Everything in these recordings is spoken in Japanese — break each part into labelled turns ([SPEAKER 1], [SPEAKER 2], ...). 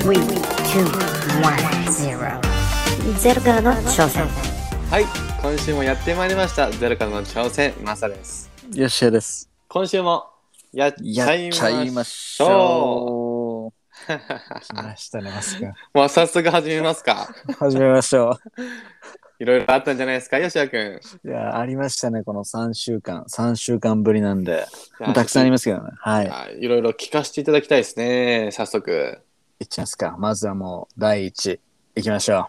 [SPEAKER 1] three, two, one, zero. ゼロからの挑戦。
[SPEAKER 2] はい、今週もやってまいりました。ゼロからの挑戦、マサです。
[SPEAKER 3] よっしゃです。
[SPEAKER 2] 今週もやっち
[SPEAKER 3] やっ
[SPEAKER 2] ゃい
[SPEAKER 3] ちゃい
[SPEAKER 2] ま
[SPEAKER 3] ま
[SPEAKER 2] し
[SPEAKER 3] し
[SPEAKER 2] ょう。
[SPEAKER 3] ょう。来ましたね、マス君。
[SPEAKER 2] もう早速始めますか。
[SPEAKER 3] 始めましょ
[SPEAKER 2] いろいろあったんじゃないですか、吉田くん。
[SPEAKER 3] う。いや、ありましたね、この3週間。3週間ぶりなんで。 たくさんありますけどね。はい。い
[SPEAKER 2] あいろいろ聞かせていただきたいですね。早速。
[SPEAKER 3] っちゃいますか。まずはもう、第1。いきましょ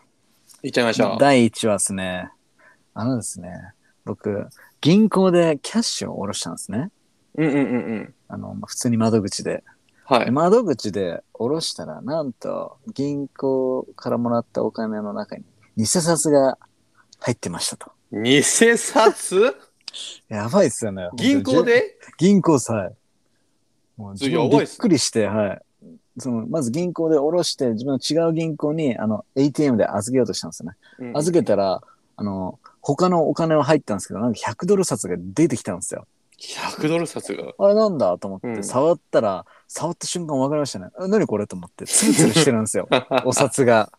[SPEAKER 2] いっちゃいましょ
[SPEAKER 3] う。第1はですね、あのですね、僕、銀行でキャッシュを下ろしたんですね。
[SPEAKER 2] う。うんうんうんうん。
[SPEAKER 3] あの、まあ普通に窓口で。
[SPEAKER 2] はい
[SPEAKER 3] で。窓口で下ろしたら、なんと、銀行からもらったお金の中に、偽札が入ってましたと。
[SPEAKER 2] 偽札
[SPEAKER 3] やばいっすよね。
[SPEAKER 2] 銀行で
[SPEAKER 3] 銀行さえ。もう
[SPEAKER 2] それ
[SPEAKER 3] 自分
[SPEAKER 2] やばい
[SPEAKER 3] び
[SPEAKER 2] っすね
[SPEAKER 3] っくりして、はい。そのまず銀行で下ろして、自分の違う銀行にあの ATM で預けようとしたんですよね。預けたら、あの、他のお金は入ったんですけど、なんか100ドル札が出てきたんですよ。
[SPEAKER 2] 100ドル札が。
[SPEAKER 3] あれなんだと思っ
[SPEAKER 2] うん
[SPEAKER 3] て、触ったら、触った瞬間分かりましたね。え何これと思って、ツルツルしてる んですよ。お札が。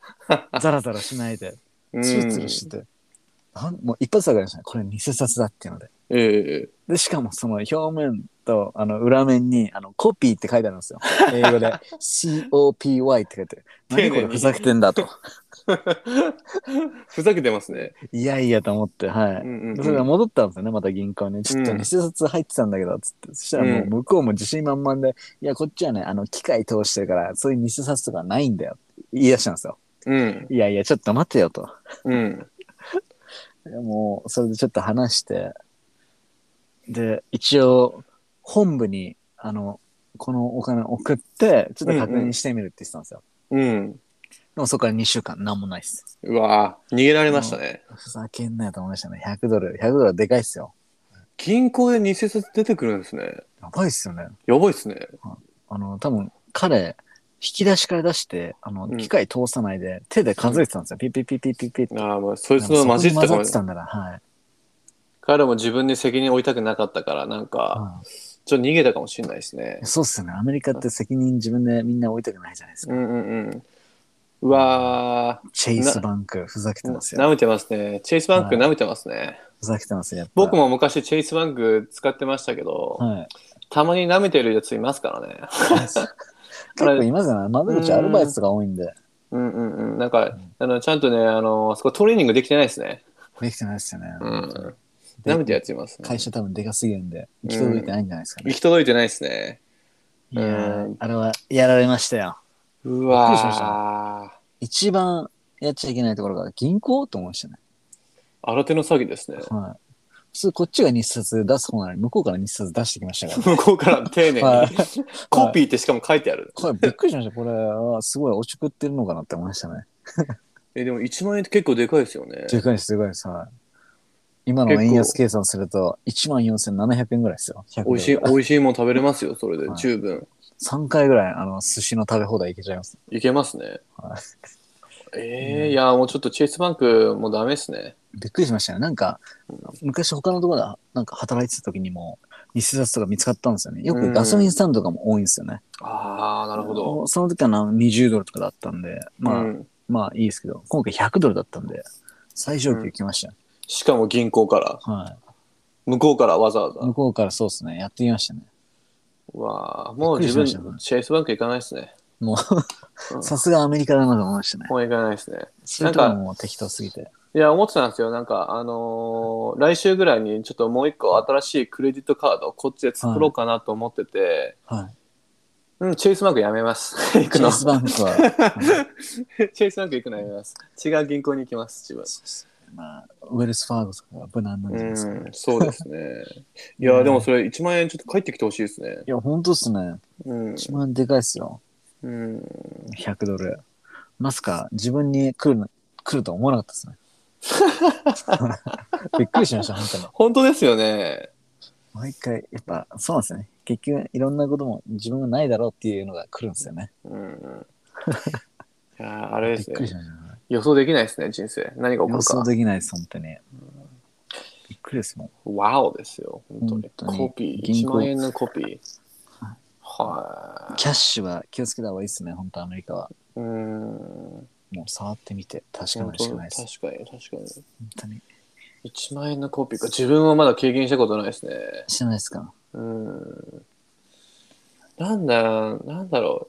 [SPEAKER 3] ザラザラしないで。ツルツルしてて。なんもう一発分かりましたね。これ偽札だっていうので。
[SPEAKER 2] うんえ
[SPEAKER 3] で、しかもその表面とあの裏面にあのコピーって書いてあるんですよ。英 語で COPY って書いてあ
[SPEAKER 2] 丁寧に
[SPEAKER 3] る。何これふざけてんだと。
[SPEAKER 2] えふざけてますね。
[SPEAKER 3] いやいやと思って、
[SPEAKER 2] う
[SPEAKER 3] はい。
[SPEAKER 2] んうんうん
[SPEAKER 3] それから戻ったんですよね、また銀行に。ちょっと偽札入ってたんだけど、つって。そしたらもう向こうも自信満々で、いや、こっちはね、あの、機械通してるから、そういう偽札とかないんだよ。言い出したんですよ。
[SPEAKER 2] うん。
[SPEAKER 3] いやいや、ちょっと待ってよと。
[SPEAKER 2] うん。
[SPEAKER 3] でもう、それでちょっと話して、で、一応、本部に、あの、このお金送って、ちょっと確認してみるって言ってたんですよ。
[SPEAKER 2] うん。
[SPEAKER 3] でもそこから2週間、なんもないっす。
[SPEAKER 2] うわぁ、逃げられましたね。
[SPEAKER 3] ふざけんなよと思いましたね。100ドル。100ドルはでかいっすよ。
[SPEAKER 2] 銀行で偽札出てくるんですね。
[SPEAKER 3] やばいっすよね。
[SPEAKER 2] やばいっすね。
[SPEAKER 3] あの、多分、彼、引き出しから出して、あの
[SPEAKER 2] う、ん
[SPEAKER 3] 機械通さないで、手で数えてたんですよ。ピッピッピッピッピッピッって。
[SPEAKER 2] ああ、まあ、そいつの混じっ
[SPEAKER 3] そこ
[SPEAKER 2] た
[SPEAKER 3] に
[SPEAKER 2] か
[SPEAKER 3] 混ざ
[SPEAKER 2] も
[SPEAKER 3] って。たんだな。はい。
[SPEAKER 2] 彼も自分に責任を負いたくなかったから、なんか、
[SPEAKER 3] う
[SPEAKER 2] ちょっと逃げたかもしれないですね
[SPEAKER 3] ん。そうっすよね。アメリカって責任自分でみんな置いたくないじゃないです
[SPEAKER 2] う
[SPEAKER 3] か。
[SPEAKER 2] んうんうん。うわ
[SPEAKER 3] チェイスバンク、ふざけてます
[SPEAKER 2] ぁ、
[SPEAKER 3] よ。
[SPEAKER 2] なめてますね。チェイスバンク
[SPEAKER 3] はい
[SPEAKER 2] なめてますね。
[SPEAKER 3] ふざけてますよ。やっぱ
[SPEAKER 2] 僕。も昔チェイスバンク使ってましたけど、
[SPEAKER 3] はい。
[SPEAKER 2] たまに舐めてるやついますからね。
[SPEAKER 3] 結構いますよね。窓口アルバイトが多いんで。
[SPEAKER 2] うんうんうん。なんか、あのちゃんとね、あの、あそこトレーニングできてないですね。
[SPEAKER 3] できてないですよね。
[SPEAKER 2] うん。舐めてるやついます、ね。
[SPEAKER 3] 会社多分でかすぎるんで、行き届いてないんじゃないですかね
[SPEAKER 2] 行。き届いてないですね。
[SPEAKER 3] いやー
[SPEAKER 2] うん
[SPEAKER 3] あれはやられましたよ。
[SPEAKER 2] う
[SPEAKER 3] びっくりしまし
[SPEAKER 2] わぁ。
[SPEAKER 3] 一番やっちゃいけないところが銀行と思いましたね。
[SPEAKER 2] 新手の詐欺ですね。
[SPEAKER 3] はい。普通こっちが日冊出す方なのに、向こうから日冊出してきましたから。
[SPEAKER 2] 向こうから丁寧
[SPEAKER 3] はい
[SPEAKER 2] に。コピーってしかも書いてある。
[SPEAKER 3] これびっくりしました。これはすごい落ちくってるのかなって思いましたね。
[SPEAKER 2] え、でも1万円って結構でかいですよね。
[SPEAKER 3] でかいです、でかいです。はい。今の
[SPEAKER 2] 結構
[SPEAKER 3] 円安計算すると、14,700円ぐらいですよ。100ドル
[SPEAKER 2] 美味しい、美味しいもん食べれますよ、それで
[SPEAKER 3] は。い
[SPEAKER 2] 十分。
[SPEAKER 3] 3回ぐらい、あの、寿司の食べ放題いけちゃいます。
[SPEAKER 2] いけますね
[SPEAKER 3] はい。
[SPEAKER 2] えー、いや、もうちょっとチェイスバンクもうダメですね。
[SPEAKER 3] びっくりしましたね。なんか、昔他のところで、なんか働いてた時にも、偽札とか見つかったんですよね。よ
[SPEAKER 2] うん
[SPEAKER 3] くガソリンスタンドとかも多いんですよね。
[SPEAKER 2] ああ、なるほど。
[SPEAKER 3] その時はな20ドルとかだったんで、まあ、
[SPEAKER 2] うん、
[SPEAKER 3] まあいいですけど、今回100ドルだったんで、最上級来ましたよ、
[SPEAKER 2] しかも銀行から、
[SPEAKER 3] はい。
[SPEAKER 2] 向こうからわざわざ。
[SPEAKER 3] 向こうからそうですね、やってきましたね。
[SPEAKER 2] うわあ、もう
[SPEAKER 3] びっ
[SPEAKER 2] 自
[SPEAKER 3] く
[SPEAKER 2] 分、
[SPEAKER 3] り
[SPEAKER 2] チ
[SPEAKER 3] しましたね
[SPEAKER 2] ェイスバンク行かないですね。
[SPEAKER 3] も
[SPEAKER 2] うん
[SPEAKER 3] う、さすがアメリカだなと思いましたね。
[SPEAKER 2] もう行かないですね。
[SPEAKER 3] そういうところも適当すぎて。
[SPEAKER 2] いや、思ってたんですよ。なんか、あのー来週ぐらいにちょっともう一個新しいクレジットカードをこっちで作ろうかなと思ってて、
[SPEAKER 3] は
[SPEAKER 2] うん、チェイスバンクやめます。行
[SPEAKER 3] い。
[SPEAKER 2] く
[SPEAKER 3] チェ
[SPEAKER 2] の
[SPEAKER 3] イ。スバンクは、
[SPEAKER 2] チェイスバンク行くのやめます。違う銀行に行きます、自分。
[SPEAKER 3] まあ、ウェルスファーゴとかが無難なんじゃないですか、ね
[SPEAKER 2] うん、そうです ね。いや、でもそれ1万円ちょっと返ってきてほしいですね。
[SPEAKER 3] いや、ほんとっすね。
[SPEAKER 2] うん。
[SPEAKER 3] 一番でかいっすよ。
[SPEAKER 2] うん、
[SPEAKER 3] 100ドル。まさか自分に来るの、来るとは思わなかったですね。 びっくりしました、本当に。
[SPEAKER 2] 本当ですよね。
[SPEAKER 3] 毎回、やっぱ、そうなんですよね。結局、いろんなことも自分がないだろうっていうのが来るんですよね。
[SPEAKER 2] うん。いや、あれ
[SPEAKER 3] び
[SPEAKER 2] で
[SPEAKER 3] っ
[SPEAKER 2] す
[SPEAKER 3] くり
[SPEAKER 2] ね。
[SPEAKER 3] しましたね。
[SPEAKER 2] 予想できないですね、人生。何が起こ
[SPEAKER 3] 予
[SPEAKER 2] る
[SPEAKER 3] 想
[SPEAKER 2] か。
[SPEAKER 3] できないです、本当に。びっくりですもん。
[SPEAKER 2] わおですよ、本当
[SPEAKER 3] 本当
[SPEAKER 2] に。
[SPEAKER 3] に
[SPEAKER 2] コピー、
[SPEAKER 3] 銀
[SPEAKER 2] 1
[SPEAKER 3] 行
[SPEAKER 2] 万円のコピー。はい。
[SPEAKER 3] キャッシュは気をつけた方がいいですね、本当アメリカは。
[SPEAKER 2] うん。
[SPEAKER 3] もう触ってみて確か
[SPEAKER 2] 本
[SPEAKER 3] める
[SPEAKER 2] 当
[SPEAKER 3] しか
[SPEAKER 2] 確
[SPEAKER 3] ないです。本
[SPEAKER 2] かに、確かに。
[SPEAKER 3] 当に。
[SPEAKER 2] 1万円のコピーか。自分はまだ経験したことないですね。
[SPEAKER 3] してないですか
[SPEAKER 2] うん。なんだ、なんだろ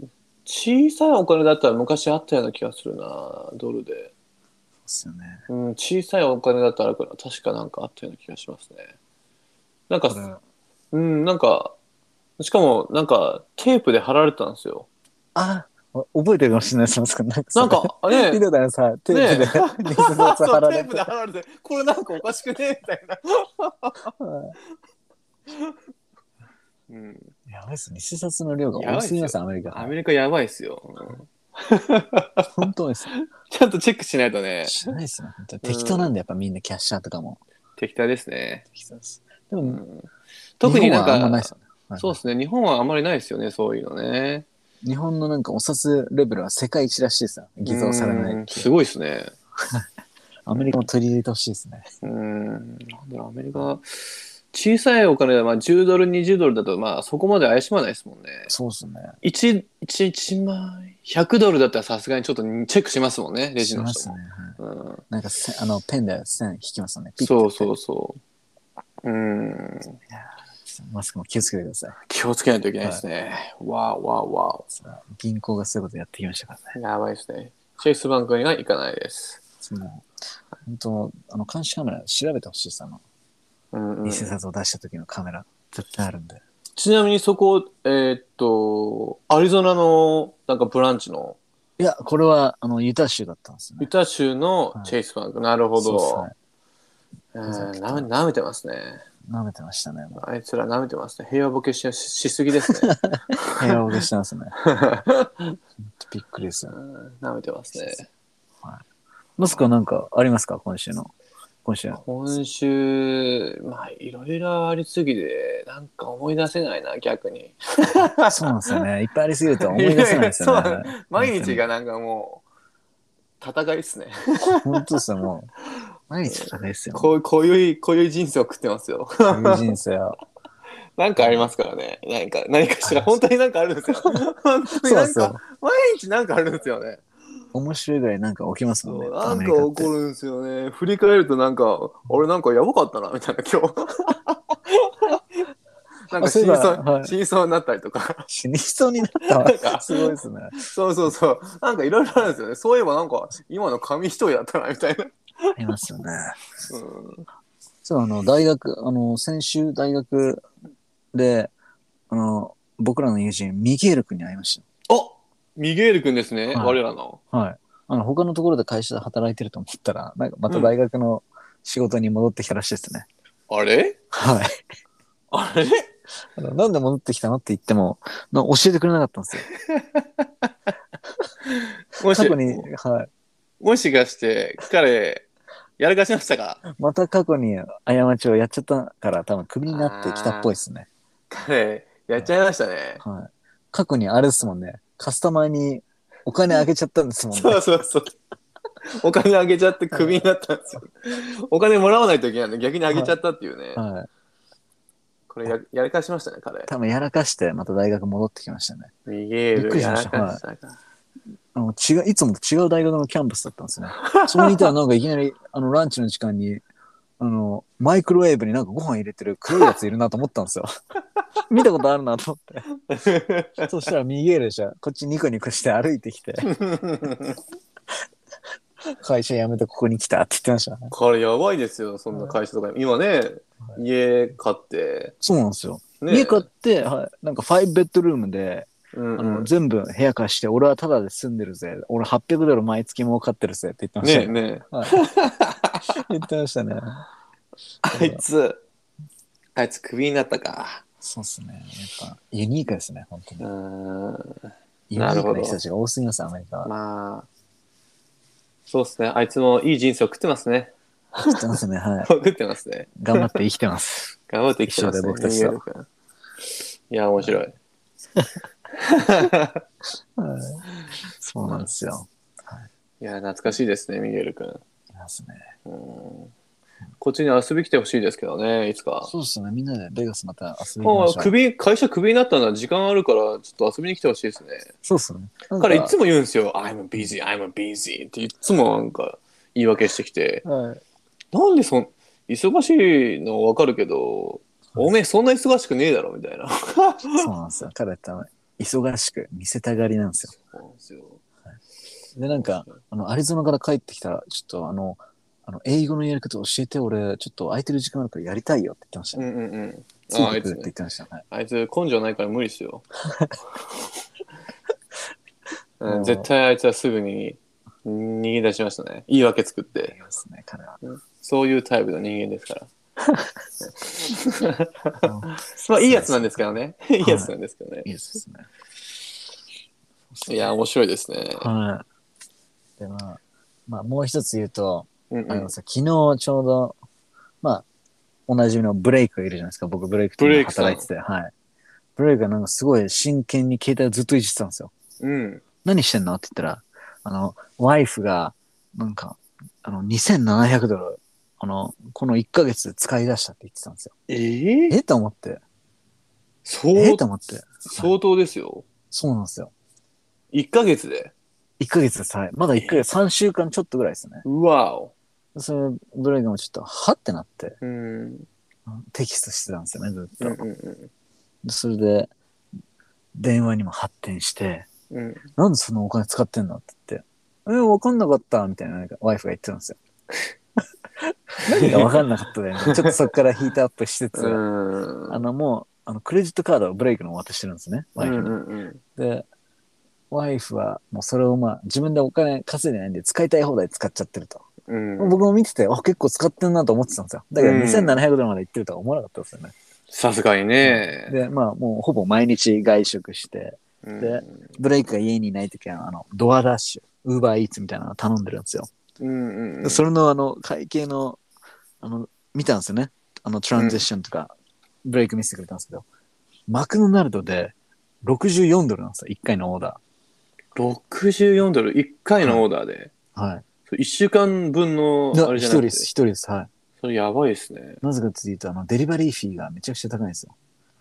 [SPEAKER 2] う。小さいお金だったら昔あったような気がするな、ドルで。
[SPEAKER 3] そうっすよね。
[SPEAKER 2] うん、小さいお金だったらあるから、確かなんかあったような気がしますね。なん
[SPEAKER 3] これ
[SPEAKER 2] か、うん、なんか、しかも、なんか、テープで貼られてたんですよ。
[SPEAKER 3] あ覚えてるかもしれないですなんかなんかさ
[SPEAKER 2] なん か、あ
[SPEAKER 3] 見
[SPEAKER 2] ね、
[SPEAKER 3] てたらさ、テープ
[SPEAKER 2] ね
[SPEAKER 3] で、偽
[SPEAKER 2] そう
[SPEAKER 3] 札
[SPEAKER 2] テ
[SPEAKER 3] 貼られ
[SPEAKER 2] ー
[SPEAKER 3] て
[SPEAKER 2] プで貼られて、これなんかおかしくねみたいな。うん、
[SPEAKER 3] やばいっす、偽札の量が
[SPEAKER 2] やばい
[SPEAKER 3] 多
[SPEAKER 2] っすよ
[SPEAKER 3] すぎます、アメリカ。
[SPEAKER 2] メリカやばいっすよ、うん
[SPEAKER 3] 本当です。
[SPEAKER 2] ちゃんとチェックしないとね、
[SPEAKER 3] しないっすね、本当に適当なんで、やっぱみんなキャッシャーとかも。
[SPEAKER 2] 敵対ですね。
[SPEAKER 3] 適当です。でも、
[SPEAKER 2] うん特になん
[SPEAKER 3] 日本はあんまないっ
[SPEAKER 2] か
[SPEAKER 3] す、よね。はい
[SPEAKER 2] そうですね、日本はあんまりないですよね、そういうのね。
[SPEAKER 3] 日本のなんかお札レベルは世界一らしいですよ。偽造されな
[SPEAKER 2] う
[SPEAKER 3] い
[SPEAKER 2] ん。すごいですね。
[SPEAKER 3] アメリカも取り入れてほしいですね。
[SPEAKER 2] うん、なんだろう、アメリカ、小さいお金で、まあ、10ドル、20ドルだと、まあ、そこまで怪しまないですもんね。
[SPEAKER 3] そうですね。
[SPEAKER 2] 1、1、1万円、100ドルだったらさすがにちょっとチェックしますもんね、レジの
[SPEAKER 3] し
[SPEAKER 2] 人
[SPEAKER 3] ま
[SPEAKER 2] も。
[SPEAKER 3] すね。はい
[SPEAKER 2] うん
[SPEAKER 3] なんかせあのペンで線引きますよね。ピッてやっ
[SPEAKER 2] そ
[SPEAKER 3] て
[SPEAKER 2] うそうそう。うん。
[SPEAKER 3] マスクも気をつけてください。
[SPEAKER 2] 気をつけないといけないですね。わおわおわお。
[SPEAKER 3] さあ銀行がそういうことやってきましたからね。
[SPEAKER 2] やばいですね。チェイスバンクには行かないです。
[SPEAKER 3] その本当あの監視カメラ調べてほしいです。あの
[SPEAKER 2] うんうん
[SPEAKER 3] 偽札を出した時のカメラ、絶対あるんで。
[SPEAKER 2] ちなみにそこ、えーっと、アリゾナのなんかブランチの、
[SPEAKER 3] いや、これはあのユタ州だったんですよ
[SPEAKER 2] ユ
[SPEAKER 3] ね。
[SPEAKER 2] タ州のチェイスバンク。なるほ
[SPEAKER 3] そうっす
[SPEAKER 2] ど
[SPEAKER 3] ね。
[SPEAKER 2] うんなめなめてますね。
[SPEAKER 3] 舐めてましたね。もう
[SPEAKER 2] あいつらなめてますね。平和ボケししすぎですね。
[SPEAKER 3] 平和ボケしてま すね。びっくりですよね。
[SPEAKER 2] なめてますね。
[SPEAKER 3] マスクはなんかありますか今週の。今週の。
[SPEAKER 2] 今週、まあ、いろいろありすぎて、なんか思い出せないな、逆に。
[SPEAKER 3] そうなんですよね。いっぱいありすぎると思い出せないですよ
[SPEAKER 2] いやいや
[SPEAKER 3] ね。
[SPEAKER 2] 毎日がなんかもう、戦いです ね。
[SPEAKER 3] 本当ですよ、もう。毎日高いですよ。こ
[SPEAKER 2] こうこういう、こういう人生を送ってますよ。
[SPEAKER 3] ういう人生は。
[SPEAKER 2] なんかありますからね。何か、何かしら、本当になんかあるん ですよ。本当
[SPEAKER 3] そう
[SPEAKER 2] に
[SPEAKER 3] な
[SPEAKER 2] なんん
[SPEAKER 3] ですよ
[SPEAKER 2] か、。毎日なんかあるんですよね。
[SPEAKER 3] 面白いぐらいなんか起きますもん
[SPEAKER 2] そ
[SPEAKER 3] ね。
[SPEAKER 2] う、
[SPEAKER 3] ア
[SPEAKER 2] なん
[SPEAKER 3] メ
[SPEAKER 2] か
[SPEAKER 3] リカっ
[SPEAKER 2] 起
[SPEAKER 3] て
[SPEAKER 2] こるんですよね。振り返るとなんか、俺なんかやばかったな、みたいな、今 日。なんか
[SPEAKER 3] あそう
[SPEAKER 2] 死
[SPEAKER 3] いえ
[SPEAKER 2] に
[SPEAKER 3] ば
[SPEAKER 2] そう、
[SPEAKER 3] はい
[SPEAKER 2] 死にそうになったりと か。
[SPEAKER 3] 死にそうになった
[SPEAKER 2] なん
[SPEAKER 3] わ。
[SPEAKER 2] か
[SPEAKER 3] すごいですね。
[SPEAKER 2] そうそうそう。なんかいろいろあるんですよね。そういえばなんか、今の紙一重だったな、みたいな。
[SPEAKER 3] ありますよね。
[SPEAKER 2] うん
[SPEAKER 3] そう、あの、大学、あの、先週大学で、あの、僕らの友人、ミゲール君に会いまし
[SPEAKER 2] おミゲール君ですね、
[SPEAKER 3] はい
[SPEAKER 2] 我らの。
[SPEAKER 3] た。はい。あの、他のところで会社で働いてると思ったら、なんかまた大学の仕事に戻ってきたらしいですね。
[SPEAKER 2] あれ
[SPEAKER 3] はい。
[SPEAKER 2] あれ
[SPEAKER 3] あのなんで戻ってきたのって言っても、な教えてくれなかったんですよ。
[SPEAKER 2] も
[SPEAKER 3] 過
[SPEAKER 2] し
[SPEAKER 3] 去、に、はい。
[SPEAKER 2] もしかして、彼、やらかしましたか
[SPEAKER 3] また過去に過ちをやっちゃったから多分クビになってきたっぽいですね。
[SPEAKER 2] 彼、やっちゃいましたね。
[SPEAKER 3] はい。過去にあれですもんね。カスタマーにお金あげちゃったんですもんね。
[SPEAKER 2] そうそうそう。お金あげちゃってクビになったんですよ。お金もらわないといけないのに逆にあげちゃったっていうね。
[SPEAKER 3] はい。
[SPEAKER 2] これややらかしましたね、彼。
[SPEAKER 3] 多分やらかしてまた大学戻ってきましたね。
[SPEAKER 2] ミゲ
[SPEAKER 3] びっ
[SPEAKER 2] ー
[SPEAKER 3] く
[SPEAKER 2] ル、
[SPEAKER 3] りし
[SPEAKER 2] や
[SPEAKER 3] ま
[SPEAKER 2] ら
[SPEAKER 3] した
[SPEAKER 2] かしたか。
[SPEAKER 3] あの違う、いつもと違う大学のキャンパスだったんですね。 そこにいたらなんかいきなり、あの、ランチの時間に、あの、マイクロウェーブになんかご飯入れてる黒いやついるなと思った んですよ。見たことあるなと思って。そしたら右へでした。こっちニコニコして歩いてきて、会社辞めてここに来たって言ってましたね。
[SPEAKER 2] これやばいですよ、そんな会社とか。今ね、家買って。
[SPEAKER 3] そうなんですよ。
[SPEAKER 2] ね、
[SPEAKER 3] 家買って、はい、なんか5ベッドルームで、
[SPEAKER 2] うん
[SPEAKER 3] あ
[SPEAKER 2] うん
[SPEAKER 3] の全部部屋貸して、俺はタダで住んでるぜ。俺800ドル毎月儲かってるぜって言ってま
[SPEAKER 2] ね
[SPEAKER 3] した
[SPEAKER 2] え
[SPEAKER 3] ね。
[SPEAKER 2] ねえ。
[SPEAKER 3] はい言ってましたね。
[SPEAKER 2] あいつ、あいつクビになったか。
[SPEAKER 3] そうですね。やっぱユニークですね、本当
[SPEAKER 2] う
[SPEAKER 3] に。
[SPEAKER 2] ん。
[SPEAKER 3] ユニークな人たちが多すぎます、アメリカは。
[SPEAKER 2] まあ、そうですね。あいつもいい人生送ってますね。
[SPEAKER 3] 知ってますね、はい。
[SPEAKER 2] 送ってますね。
[SPEAKER 3] 頑張って生き てます。
[SPEAKER 2] 頑張って生きてますね。
[SPEAKER 3] 一緒だ僕たちと
[SPEAKER 2] 人間力いや、面白い。
[SPEAKER 3] はいそうなんですよ。
[SPEAKER 2] いや、懐かしいですね、ミゲル君。
[SPEAKER 3] いますね。
[SPEAKER 2] うんこっちに遊び来てほしいですけどね、いつか。
[SPEAKER 3] そうですね。みんなでベガスまた遊びに行き
[SPEAKER 2] あ
[SPEAKER 3] ま
[SPEAKER 2] あ
[SPEAKER 3] しょう。
[SPEAKER 2] 首会社クビになったのは時間あるからちょっと遊びに来てほしいですね。
[SPEAKER 3] そうですね。だ
[SPEAKER 2] だからいつも言うんですよ「I'm busy I'm busy」っていつもなんか言い訳してきて
[SPEAKER 3] はい、
[SPEAKER 2] なんでそん忙しいの分かるけどおめえそんな忙しくねえだろみたいな
[SPEAKER 3] そうなんですよ。彼ってあの忙しく見せたがりなんですよ。
[SPEAKER 2] そうなんですよ
[SPEAKER 3] で、なんか、あの、アリゾナから帰ってきたら、ちょっとあの、あの英語のやり方教えて、俺、ちょっと空いてる時間あるからやりたいよって言ってました
[SPEAKER 2] う
[SPEAKER 3] ね。
[SPEAKER 2] んうんうん
[SPEAKER 3] つ
[SPEAKER 2] あ
[SPEAKER 3] い
[SPEAKER 2] あ
[SPEAKER 3] て
[SPEAKER 2] い
[SPEAKER 3] く
[SPEAKER 2] つ
[SPEAKER 3] るって
[SPEAKER 2] ね
[SPEAKER 3] 言ってました。はい、
[SPEAKER 2] あいつ根性ないから無理っす よ、う
[SPEAKER 3] うん
[SPEAKER 2] ん、絶対あいつはすぐに逃げ出しましたね言い訳作って
[SPEAKER 3] いますね、彼は。
[SPEAKER 2] そういうタイプの人間ですからまあいいやつなんですけどね いいやつなんですけどね
[SPEAKER 3] いいですね。
[SPEAKER 2] いや面白いですね
[SPEAKER 3] はい。で、まあ、まあ、もう一つ言うと、
[SPEAKER 2] うんうん
[SPEAKER 3] あのさ、昨日ちょうど、まあ、おなじみのブレイクがいるじゃないですか。僕、ブレイクと
[SPEAKER 2] ブレイクさん
[SPEAKER 3] 働いてて。はい。ブレイクがなんかすごい真剣に携帯をずっといじってたんですよ。
[SPEAKER 2] うん
[SPEAKER 3] 何してんのって言ったら、あの、ワイフが、なんか、あの、2700ドル、あの、この1ヶ月で使い出したって言ってたんですよ。
[SPEAKER 2] ええ
[SPEAKER 3] えと思って。え
[SPEAKER 2] 相
[SPEAKER 3] と思って。
[SPEAKER 2] 相当ですよ。
[SPEAKER 3] そうなんですよ。
[SPEAKER 2] 1ヶ月で。
[SPEAKER 3] 1ヶ月です。はい。まだ1ヶ月、3週間ちょっとぐらいですね。
[SPEAKER 2] うわお。
[SPEAKER 3] それ、ブレイクもちょっと、はってなって、
[SPEAKER 2] うん。
[SPEAKER 3] テキストしてたんですよね、ずっ
[SPEAKER 2] う
[SPEAKER 3] と。
[SPEAKER 2] んうん
[SPEAKER 3] でそれで、電話にも発展して、
[SPEAKER 2] うん。うん
[SPEAKER 3] なんでそんなお金使ってんのって言って、え、わかんなかったみたいな、なんかワイフが言ってた んですよ。何がわかんなかっただよね。ちょっとそこからヒートアップしつつ、
[SPEAKER 2] うん。
[SPEAKER 3] あの、もう、あの、クレジットカードをブレイクのお渡ししてるんですね、ワイフに。
[SPEAKER 2] うんうん
[SPEAKER 3] で、ワイフは、もうそれをまあ、自分でお金稼いでないんで、使いたい放題使っちゃってると。
[SPEAKER 2] うんうん。
[SPEAKER 3] 僕も見てて、あ、結構使ってんなと思ってたんですよ。だから
[SPEAKER 2] うん
[SPEAKER 3] 2700ドルまで行ってるとは思わなかったですよね。
[SPEAKER 2] さすがにね。
[SPEAKER 3] で、まあ、もうほぼ毎日外食して、
[SPEAKER 2] うん
[SPEAKER 3] でブレイクが家にいないときは、あの、ドアダッシュ、ウーバーイーツみたいなの頼んでるんですよ。
[SPEAKER 2] うんうん。
[SPEAKER 3] それの、あの、会計の、あの、見たんですよね。あの、トランジッションとか、ブレイク見せてくれたんですけど、マクドナルドで64ドルなんですよ、1回のオーダ
[SPEAKER 2] 64ドル、1回のオーダーで。
[SPEAKER 3] ー。はい。
[SPEAKER 2] 1週間分のあ
[SPEAKER 3] 1
[SPEAKER 2] れじゃな
[SPEAKER 3] 人
[SPEAKER 2] く
[SPEAKER 3] で
[SPEAKER 2] て。
[SPEAKER 3] す、1人です。は
[SPEAKER 2] それやばいですね。
[SPEAKER 3] い。なぜかっていうと、あの、デリバリーフィーがめちゃくちゃ高いんですよ。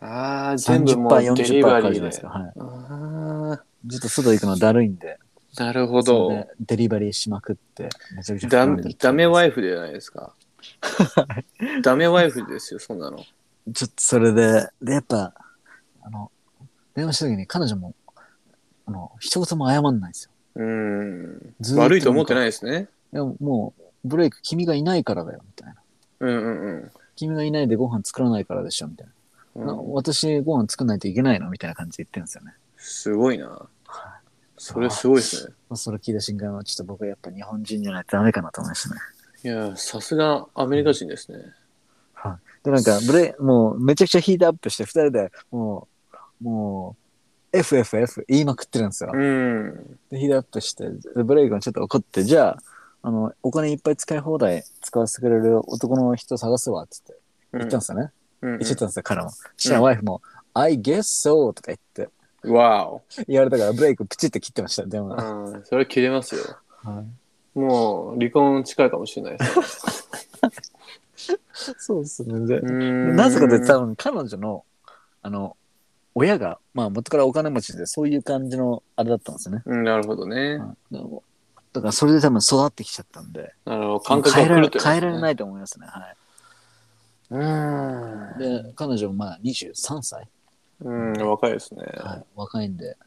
[SPEAKER 2] ああ、全部
[SPEAKER 3] 30%、
[SPEAKER 2] もうデリ
[SPEAKER 3] 40%
[SPEAKER 2] バ
[SPEAKER 3] かか
[SPEAKER 2] リ
[SPEAKER 3] るじゃ
[SPEAKER 2] ー
[SPEAKER 3] ないです
[SPEAKER 2] で
[SPEAKER 3] か。。はい。
[SPEAKER 2] あ
[SPEAKER 3] ちょっと外行くのだるいんで、
[SPEAKER 2] あ、なるほ
[SPEAKER 3] それ
[SPEAKER 2] ど
[SPEAKER 3] で。デリバリーしまくって、めちゃくちゃ
[SPEAKER 2] ダメダメワ
[SPEAKER 3] イ
[SPEAKER 2] イフじゃないです か。ダメワイフですよ、そんなの。
[SPEAKER 3] ちょっとそれで、で、やっぱ、あの、電話した時に彼女も、あの、一言も謝んないんですよ。
[SPEAKER 2] うん。
[SPEAKER 3] ずーっと
[SPEAKER 2] 悪いと思ってないですね。
[SPEAKER 3] いや、もう、ブレイク君がいないからだよ、みたいな。
[SPEAKER 2] うんうん
[SPEAKER 3] 君がいないでご飯作らないからでしょ、みたい
[SPEAKER 2] うん
[SPEAKER 3] な。
[SPEAKER 2] うん。
[SPEAKER 3] 私、ご飯作らないといけないのみたいな感じで言ってるんですよね。
[SPEAKER 2] すごいな。
[SPEAKER 3] は
[SPEAKER 2] それすごいですね。
[SPEAKER 3] まあそれ聞いた瞬間は、ちょっと僕はやっぱ日本人じゃないとダメかなと思いましたね。
[SPEAKER 2] いや、さすがアメリカ人ですね。
[SPEAKER 3] で、なんか、ブレイ、もう、めちゃくちゃヒートアップして、二人で、もう、もう、FFF 言いまくってるんですよ。
[SPEAKER 2] うん。
[SPEAKER 3] で、ヒートアップして、でブレイクもちょっと怒って、じゃあ、あの、お金いっぱい使い放題使わせてくれる男の人探すわ、つって
[SPEAKER 2] うん
[SPEAKER 3] 言ったんですよね。
[SPEAKER 2] うん
[SPEAKER 3] 言ってたんですよ、彼も。そしたらワイフも、I guess so とか言っ
[SPEAKER 2] わお。
[SPEAKER 3] て、言われたからブレイクプチって切ってました、でも。は
[SPEAKER 2] うんそれ切れますよ。
[SPEAKER 3] い
[SPEAKER 2] もう離婚近いかもしれないですね。
[SPEAKER 3] そうですね。で
[SPEAKER 2] うん
[SPEAKER 3] なぜかって多分彼女の、あの、親が、まあ元からお金持ちで、そういう感じのあれだったんですよね。
[SPEAKER 2] うんなるほどね。
[SPEAKER 3] はいでもだからそれで多分育ってきちゃったんで、
[SPEAKER 2] なるほど。感覚が
[SPEAKER 3] 変えら
[SPEAKER 2] 狂
[SPEAKER 3] れ
[SPEAKER 2] って。
[SPEAKER 3] 変えられないいと思いますね。は
[SPEAKER 2] うん
[SPEAKER 3] い。。で、彼女もまあ23歳、
[SPEAKER 2] うん、若いですね。
[SPEAKER 3] はい、若いんで、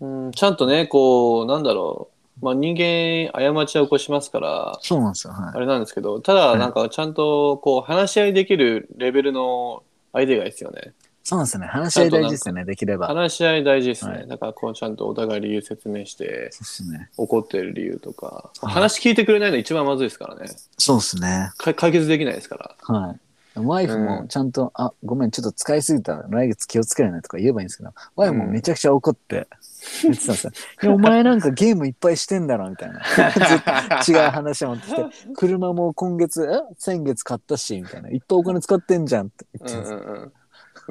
[SPEAKER 2] うん、ちゃんとね、こう、なんだろう。まあ人間、過ちは起こしますから、
[SPEAKER 3] そうなんですよ。は
[SPEAKER 2] あれなんですけど、ただ、なんか、ちゃんと、こう、話し合いできるレベルの相手が必要ね。
[SPEAKER 3] い。そうなんですよね。話し合い大事ですよね、できれば。
[SPEAKER 2] 話し合い大事ですね。
[SPEAKER 3] はい
[SPEAKER 2] だから、こう、ちゃんとお互い理由説明して、
[SPEAKER 3] そうですね。
[SPEAKER 2] 怒ってる理由とか、
[SPEAKER 3] はい
[SPEAKER 2] 話聞いてくれないの一番まずいですからね。
[SPEAKER 3] そうですね。
[SPEAKER 2] か解決できないですから。
[SPEAKER 3] はい。ワイフ
[SPEAKER 2] う
[SPEAKER 3] も
[SPEAKER 2] ん
[SPEAKER 3] ちゃんと、あ、ごめん、ちょっと使いすぎた。来月気をつけないねとか言えばいいんですけど、ワイフもめちゃくちゃ怒って、言ってたんですよ。 いやお前なんかゲームいっぱいしてんだろ、みたいな。 違う話を持ってきて、車も今月、え先月買ったし、みたいな。いっぱいお金使ってんじゃんって言っ
[SPEAKER 2] う
[SPEAKER 3] てた
[SPEAKER 2] ん
[SPEAKER 3] んで
[SPEAKER 2] う
[SPEAKER 3] すよ。
[SPEAKER 2] ん う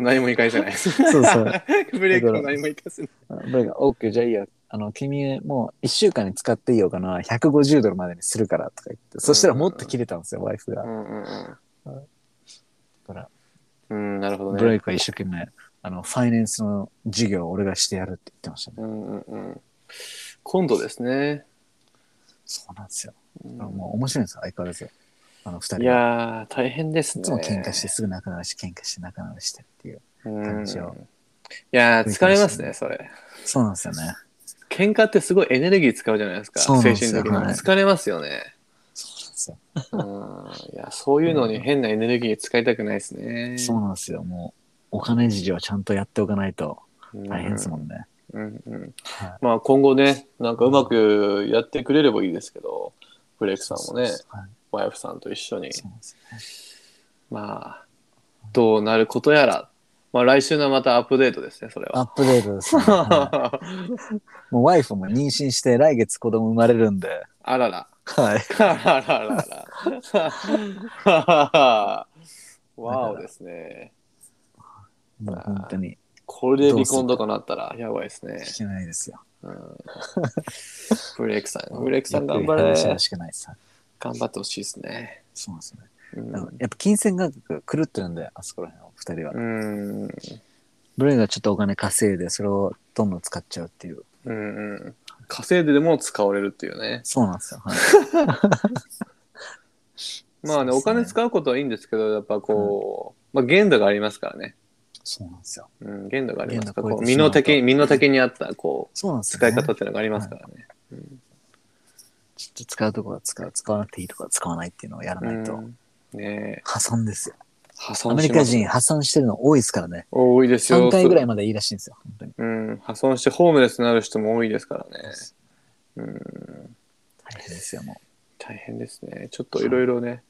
[SPEAKER 2] ん。何も言い返せないです。
[SPEAKER 3] そうそう。
[SPEAKER 2] ブレイクも何も言い返せない。
[SPEAKER 3] ブレイクが、OK、じゃあいいよ。あの、君もう1週間に使っていいよかな、150ドルまでにするからとか言って、そしたらもっと切れたんですよ、ワイフが。
[SPEAKER 2] う
[SPEAKER 3] だ
[SPEAKER 2] んうんうん
[SPEAKER 3] から、
[SPEAKER 2] うん、なるほどね。
[SPEAKER 3] ブレイクは一生懸命、あの、ファイナンスの授業を俺がしてやるって言ってましたね。
[SPEAKER 2] うんうんうん。今度ですね。
[SPEAKER 3] そうなんですよ。
[SPEAKER 2] うん
[SPEAKER 3] もう面白いんですよ、相変わらず。あの、二人
[SPEAKER 2] い
[SPEAKER 3] は。
[SPEAKER 2] やー、大変ですね。
[SPEAKER 3] いつも喧嘩して、すぐ仲直し、喧嘩して仲直ししてっていう。
[SPEAKER 2] うん。
[SPEAKER 3] 感
[SPEAKER 2] い
[SPEAKER 3] じを
[SPEAKER 2] やー、疲れますね、それ。
[SPEAKER 3] そうなんですよね。
[SPEAKER 2] 喧嘩ってすごいエネルギー使うじゃないですか、
[SPEAKER 3] そうなん
[SPEAKER 2] 精
[SPEAKER 3] です
[SPEAKER 2] 神
[SPEAKER 3] よ
[SPEAKER 2] 的にも。
[SPEAKER 3] はい
[SPEAKER 2] 疲れますよ ね。
[SPEAKER 3] そうなんですよ。
[SPEAKER 2] うん。いや、そういうのに変なエネルギー使いたくないですね。
[SPEAKER 3] そうなんですよ。もう、お金事情はちゃんとやっておかないと
[SPEAKER 2] うん
[SPEAKER 3] 大変ですもんね。
[SPEAKER 2] うんうん
[SPEAKER 3] はい
[SPEAKER 2] まあ今後ね、なんかうまくやってくれればいいですけど、ブレイクさんもね
[SPEAKER 3] そう、そうはい
[SPEAKER 2] ワイフさんと一緒に、
[SPEAKER 3] そうなんですよ
[SPEAKER 2] まあ、どうなることやら、まあ来週のまたアップデートですね、それ
[SPEAKER 3] ア
[SPEAKER 2] は。
[SPEAKER 3] ップデー トですね。はいもう、ワイフも妊娠して、来月子供生まれるんで。
[SPEAKER 2] あらら。
[SPEAKER 3] はい。
[SPEAKER 2] あららら ら。 わおですね。
[SPEAKER 3] もう本当に、
[SPEAKER 2] これで離婚とかなったらやばいですね。
[SPEAKER 3] 聞けないですよ。
[SPEAKER 2] うんブレイクさ ん、ブレイクさん頑張
[SPEAKER 3] ゆっく
[SPEAKER 2] れ
[SPEAKER 3] り。話はしかないです。はい
[SPEAKER 2] 頑張ってほしいですね。
[SPEAKER 3] そうなんですよね。
[SPEAKER 2] う
[SPEAKER 3] あの
[SPEAKER 2] ん
[SPEAKER 3] やっぱ金銭感覚狂ってるんで、あそこら辺の二人は。
[SPEAKER 2] うん。うん
[SPEAKER 3] ブレイがちょっとお金稼いで、それをどんどん使っちゃうっていう。
[SPEAKER 2] うん。稼いででも使われるっていうね。
[SPEAKER 3] そうなんですよ。 はい、
[SPEAKER 2] まあね、
[SPEAKER 3] そう
[SPEAKER 2] お
[SPEAKER 3] っすね
[SPEAKER 2] 金使うことはいいんですけど、やっぱこう、まあ限度がありますからね。
[SPEAKER 3] そうなんですよ。
[SPEAKER 2] うん、限度がありますから、
[SPEAKER 3] 限
[SPEAKER 2] こう
[SPEAKER 3] 度超えて
[SPEAKER 2] 身
[SPEAKER 3] しまう
[SPEAKER 2] の
[SPEAKER 3] と
[SPEAKER 2] 丈、身の丈に合った、こう、
[SPEAKER 3] そうなんですよ
[SPEAKER 2] 使
[SPEAKER 3] ね、
[SPEAKER 2] い方っていうのがありますからね。
[SPEAKER 3] ちょっと使うとこは使う、使わなくていいとこは使わないっていうのをやら
[SPEAKER 2] う
[SPEAKER 3] ない
[SPEAKER 2] ん
[SPEAKER 3] と、
[SPEAKER 2] ねえ、
[SPEAKER 3] 破産ですよ。
[SPEAKER 2] 破
[SPEAKER 3] ア
[SPEAKER 2] 産
[SPEAKER 3] メリ
[SPEAKER 2] しま
[SPEAKER 3] カ
[SPEAKER 2] すね
[SPEAKER 3] 人破産してるの多いですからね。
[SPEAKER 2] 多いですよ。
[SPEAKER 3] 3回ぐらいまでいいらしいんですよ、本当に。
[SPEAKER 2] うん、破損してホームレスになる人も多いですからね。うん、
[SPEAKER 3] 大変ですよ、も
[SPEAKER 2] 大変ですね。ちょっといろいろね、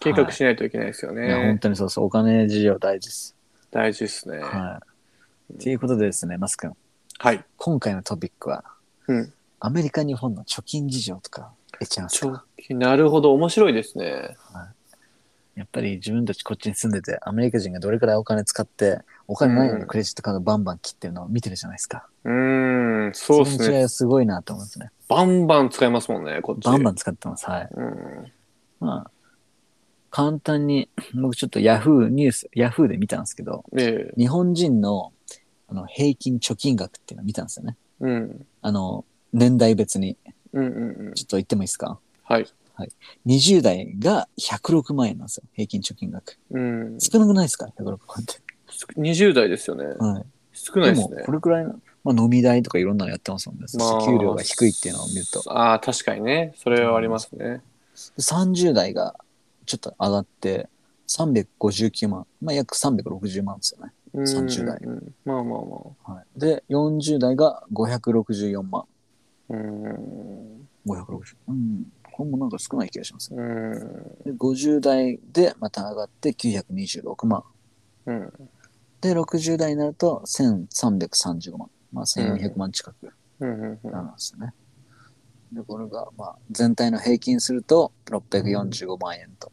[SPEAKER 2] 計画しないといけないですよ
[SPEAKER 3] う。
[SPEAKER 2] ね。
[SPEAKER 3] いや、本当にそうそう、お金事情大事です。
[SPEAKER 2] 大事ですね。は
[SPEAKER 3] はい。と、いうことでですね、マス君、
[SPEAKER 2] い。
[SPEAKER 3] 今回のトピックは、
[SPEAKER 2] うん。
[SPEAKER 3] アメリカ、日本の貯金事情とか、えちゃいます
[SPEAKER 2] 長
[SPEAKER 3] か
[SPEAKER 2] 期なるほど、面白いですね。
[SPEAKER 3] やっぱり自分たちこっちに住んでて、アメリカ人がどれくらいお金使って、お金ないのにクレジットカードバンバン切ってるのを見てるじゃないですか。
[SPEAKER 2] うーん、そうで
[SPEAKER 3] そ
[SPEAKER 2] す
[SPEAKER 3] の違い
[SPEAKER 2] ね。
[SPEAKER 3] はすごいなと思うんですね。
[SPEAKER 2] バンバン使いますもんね、こっち。
[SPEAKER 3] バンバン使ってます。はい。
[SPEAKER 2] うん。
[SPEAKER 3] まあ、簡単に、僕ちょっとヤフーニュース、ヤフーで見たんですけど、
[SPEAKER 2] ええ。
[SPEAKER 3] 日本人のあの平均貯金額っていうのを見たんですよね。
[SPEAKER 2] うん。
[SPEAKER 3] あの、年代別に。
[SPEAKER 2] うんうんうん
[SPEAKER 3] ちょ。っと言ってもいいですか
[SPEAKER 2] はい。
[SPEAKER 3] ?20 代が106万円なんですよ。平均貯金額。
[SPEAKER 2] うん。
[SPEAKER 3] 少なくないですか ?106 万円って。
[SPEAKER 2] 20代ですよね。
[SPEAKER 3] はい。
[SPEAKER 2] 少ないで
[SPEAKER 3] ですも
[SPEAKER 2] ね。
[SPEAKER 3] これくらいの、まあ、飲み代とかいろんなのやってますもんね、そして給料が低いっていうのを見ると
[SPEAKER 2] ああ、確かにね。それはありますね。
[SPEAKER 3] で30代がちょっと上がって359万、まあ、約360万ですよね、
[SPEAKER 2] うん
[SPEAKER 3] 30代
[SPEAKER 2] うんうんまあまあまあ。
[SPEAKER 3] はい、で40代が564万
[SPEAKER 2] うん。
[SPEAKER 3] 560うんこれもなんか少ない気がしますね
[SPEAKER 2] うん。
[SPEAKER 3] で50代でまた上がって926万
[SPEAKER 2] うん。
[SPEAKER 3] で60代になると1335万、まあ、1400万近く
[SPEAKER 2] うん。うん
[SPEAKER 3] なんですよね、でこれがまあ全体の平均すると645万円と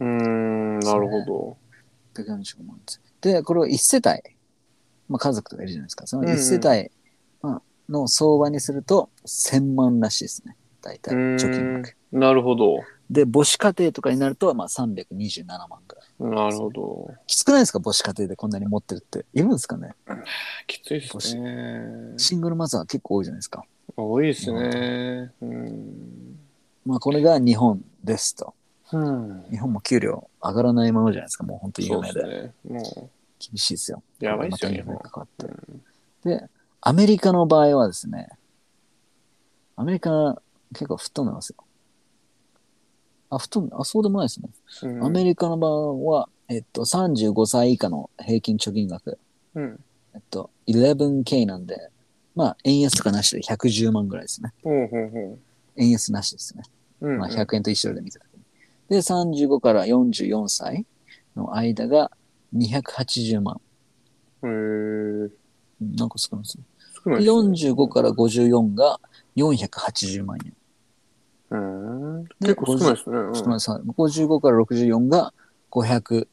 [SPEAKER 2] うーん、なるほ
[SPEAKER 3] 645万です。で、これを1世帯、まあ、家族とかいるじゃないですか。その
[SPEAKER 2] うんうん
[SPEAKER 3] 1世帯、まあの相場にすると1000万らしいですね。大体、
[SPEAKER 2] うーん
[SPEAKER 3] 貯金額。
[SPEAKER 2] ど。なるほど。
[SPEAKER 3] で、母子家庭とかになると、まあ、327万ぐらい。
[SPEAKER 2] なるほど。
[SPEAKER 3] きつくないですか母子家庭でこんなに持ってるって。いるんですかね
[SPEAKER 2] きついですね。
[SPEAKER 3] シングルマザー結構多いじゃないですか。
[SPEAKER 2] 多いですね。うん。
[SPEAKER 3] まあ、これが日本ですと。
[SPEAKER 2] うん。
[SPEAKER 3] 日本も給料上がらないままじゃないですか。もう本当有
[SPEAKER 2] そう
[SPEAKER 3] 名
[SPEAKER 2] で。
[SPEAKER 3] です
[SPEAKER 2] ね。も
[SPEAKER 3] 厳しいですよ。
[SPEAKER 2] やばいっすよ
[SPEAKER 3] また
[SPEAKER 2] 日本
[SPEAKER 3] インフレかかって
[SPEAKER 2] う。
[SPEAKER 3] で、アメリカの場合はですね、アメリカ結構吹っ飛んでますよ。あ、吹っ飛んで、あ、そうでもないですね。
[SPEAKER 2] う。うん
[SPEAKER 3] アメリカの場合は、えっと、35歳以下の平均貯金額、
[SPEAKER 2] うん。
[SPEAKER 3] えっと、11K なんで、まあ、円安とかなしで110万ぐらいですね。
[SPEAKER 2] ほうほうほ
[SPEAKER 3] 円安なしですね。
[SPEAKER 2] う。うん。
[SPEAKER 3] まあ、100円と一緒で見たときに。で、35から44歳の間が280万。
[SPEAKER 2] へえ。
[SPEAKER 3] うんなんか少ないですね
[SPEAKER 2] 少ないですね。
[SPEAKER 3] 45から54が480万円。
[SPEAKER 2] うん。
[SPEAKER 3] で
[SPEAKER 2] 結構少ないですね。うん
[SPEAKER 3] 少ないさ55から64が580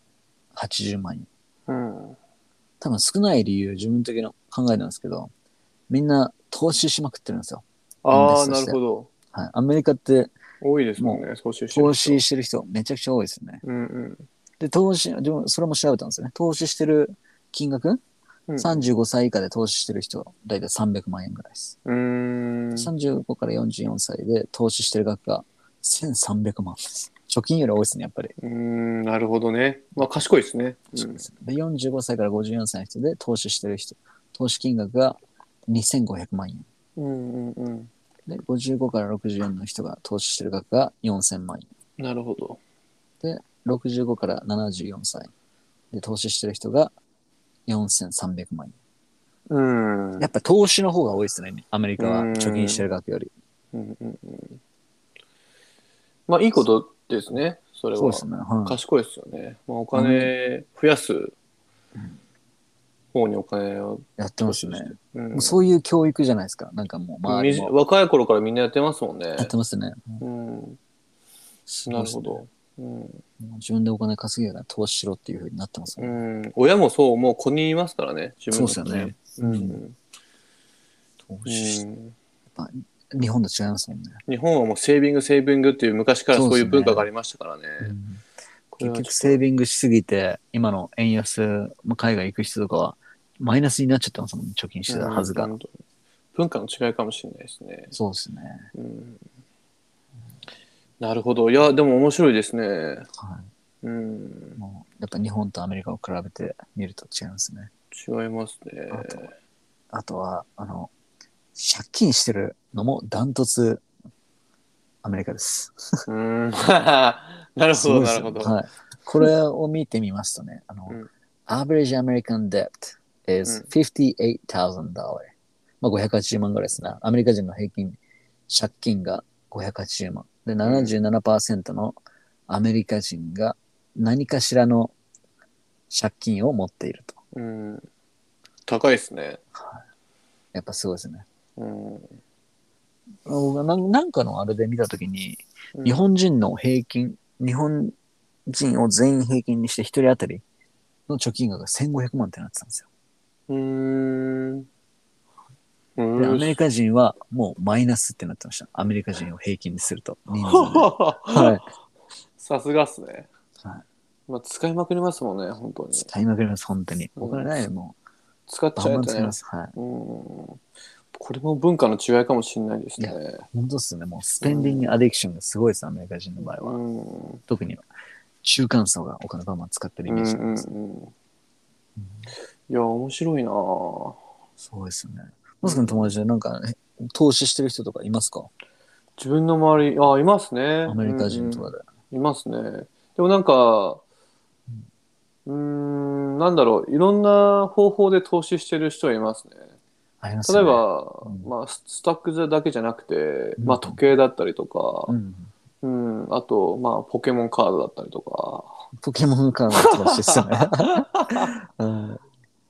[SPEAKER 3] 万円。
[SPEAKER 2] うん。
[SPEAKER 3] 多分少ない理由、自分的な考えなんですけど、みんな投資しまくってるんですよ。
[SPEAKER 2] あ
[SPEAKER 3] インベ
[SPEAKER 2] あ、な
[SPEAKER 3] ストして
[SPEAKER 2] るほど。
[SPEAKER 3] はい。アメリカって
[SPEAKER 2] 多いですもんね、投資してる人
[SPEAKER 3] 投資してる人めちゃくちゃ多いですね。
[SPEAKER 2] うんうん。
[SPEAKER 3] で、投資、自分それも調べたんですよね。投資してる金額、
[SPEAKER 2] うん
[SPEAKER 3] ?35 歳以下で投資してる人はだいたい300万円ぐらいです。
[SPEAKER 2] うーん。
[SPEAKER 3] 35から44歳で投資してる額が1300万です。貯金より多いですね、やっぱり。
[SPEAKER 2] うーん、なるほどね。まあ、賢いですね。うん
[SPEAKER 3] で45歳から54歳の人で投資してる人、投資金額が2500万円。
[SPEAKER 2] うんうんうん。
[SPEAKER 3] で、55から64の人が投資してる額が4000万円。
[SPEAKER 2] なるほど。
[SPEAKER 3] 65から74歳で投資してる人が4300万
[SPEAKER 2] うん。
[SPEAKER 3] 円。やっぱ投資の方が多いですね、アメリカは
[SPEAKER 2] うん
[SPEAKER 3] 貯金してる額より。
[SPEAKER 2] うんうんうんまあいいことですね、それ
[SPEAKER 3] そう
[SPEAKER 2] は。
[SPEAKER 3] ですね。はい
[SPEAKER 2] 賢いですよね。まあ、お金増やす方にお金を。
[SPEAKER 3] やってますね。
[SPEAKER 2] うん
[SPEAKER 3] もうそういう教育じゃないですか。なんかもう周
[SPEAKER 2] み
[SPEAKER 3] り
[SPEAKER 2] じ
[SPEAKER 3] も
[SPEAKER 2] 若い頃からみんなやってますもんね
[SPEAKER 3] や。ってますね。
[SPEAKER 2] うん、なるほど。うん
[SPEAKER 3] もう自分でお金稼げるから投資しろっていうふうになってます
[SPEAKER 2] う
[SPEAKER 3] もんね。
[SPEAKER 2] ん、親もそう、もう子にいますからね、自分の
[SPEAKER 3] そうですよね
[SPEAKER 2] 子に
[SPEAKER 3] う投
[SPEAKER 2] うん
[SPEAKER 3] 資し
[SPEAKER 2] うん
[SPEAKER 3] 日本と違いますもんね。
[SPEAKER 2] 日本はもうセービング、セービングっていう昔からそういう
[SPEAKER 3] そうですね
[SPEAKER 2] 文化がありましたからね。これ
[SPEAKER 3] 結
[SPEAKER 2] は
[SPEAKER 3] 局セービングしすぎて、今の円安、まあ海外行く人とかはマイナスになっちゃったんですもんね、貯金してたはずが。
[SPEAKER 2] うん本当に文化の違いかもしれないですね。
[SPEAKER 3] そうですね。
[SPEAKER 2] うんなるほど。いや、でも面白いですね。
[SPEAKER 3] は
[SPEAKER 2] うん
[SPEAKER 3] い。、もうやっぱ日本とアメリカを比べてみると違いますね。
[SPEAKER 2] 違いますね。
[SPEAKER 3] あとあとは、あの、借金してるのもダントツアメリカです。
[SPEAKER 2] うん なるほど、
[SPEAKER 3] す
[SPEAKER 2] なる
[SPEAKER 3] ごい
[SPEAKER 2] ほ
[SPEAKER 3] で
[SPEAKER 2] ど。
[SPEAKER 3] すよはい。これを見てみますとね、あの
[SPEAKER 2] うん、
[SPEAKER 3] アベレージアメリカンデ t is 58,000ドル。まあ580万ぐらいですね。アメリカ人の平均借金が580万。で、77%のアメリカ人が何かしらの借金を持っていると。
[SPEAKER 2] うん、高いですね。
[SPEAKER 3] やっぱすごいですね。
[SPEAKER 2] うん、
[SPEAKER 3] 僕はなんなんかのあれで見たときに、
[SPEAKER 2] うん
[SPEAKER 3] 日本人の平均、日本人を全員平均にして一人当たりの貯金額が1500万ってなってたんですよ。
[SPEAKER 2] うーん。う
[SPEAKER 3] で、アメ
[SPEAKER 2] ん。
[SPEAKER 3] リカ人はもうマイナスってなってました。アメリカ人を平均に すると。人数では。
[SPEAKER 2] はい さすがっすね。
[SPEAKER 3] は
[SPEAKER 2] まあ、使いまくりますもんね、本当に。
[SPEAKER 3] 使いまくります、本当に。お金ないよ、も
[SPEAKER 2] 使っ
[SPEAKER 3] う。
[SPEAKER 2] ちゃ
[SPEAKER 3] バン
[SPEAKER 2] え
[SPEAKER 3] バ
[SPEAKER 2] と
[SPEAKER 3] ン使い
[SPEAKER 2] ね
[SPEAKER 3] ま。す。はい。
[SPEAKER 2] うん。これも文化の違いかもしれないですね。
[SPEAKER 3] 本当っすね。もうスペンディングアディクションがすごいです、アメリカ人の場合
[SPEAKER 2] う
[SPEAKER 3] は。
[SPEAKER 2] ん。
[SPEAKER 3] 特に中間層がお金バンバン使ってるイメージがあります。
[SPEAKER 2] うんうんうん、いや面白いなぁ
[SPEAKER 3] そうですよね。マスクの友達でなんか、ね、投資してる人とかいますか
[SPEAKER 2] 自分の周りあいますね
[SPEAKER 3] アメリカ人とかで。
[SPEAKER 2] うんいますねでもなんかうーんなんだろういろんな方法で投資してる人はいますね
[SPEAKER 3] あります
[SPEAKER 2] 例え
[SPEAKER 3] よね、
[SPEAKER 2] ば、
[SPEAKER 3] うん
[SPEAKER 2] まあ、ススタックだけじゃなくて、
[SPEAKER 3] うん
[SPEAKER 2] まあ、時計だったりとか
[SPEAKER 3] う、ん、
[SPEAKER 2] うんあと、まあ、ポケモンカードだったりとか
[SPEAKER 3] ポケモンカードの投資ですよ ね。うん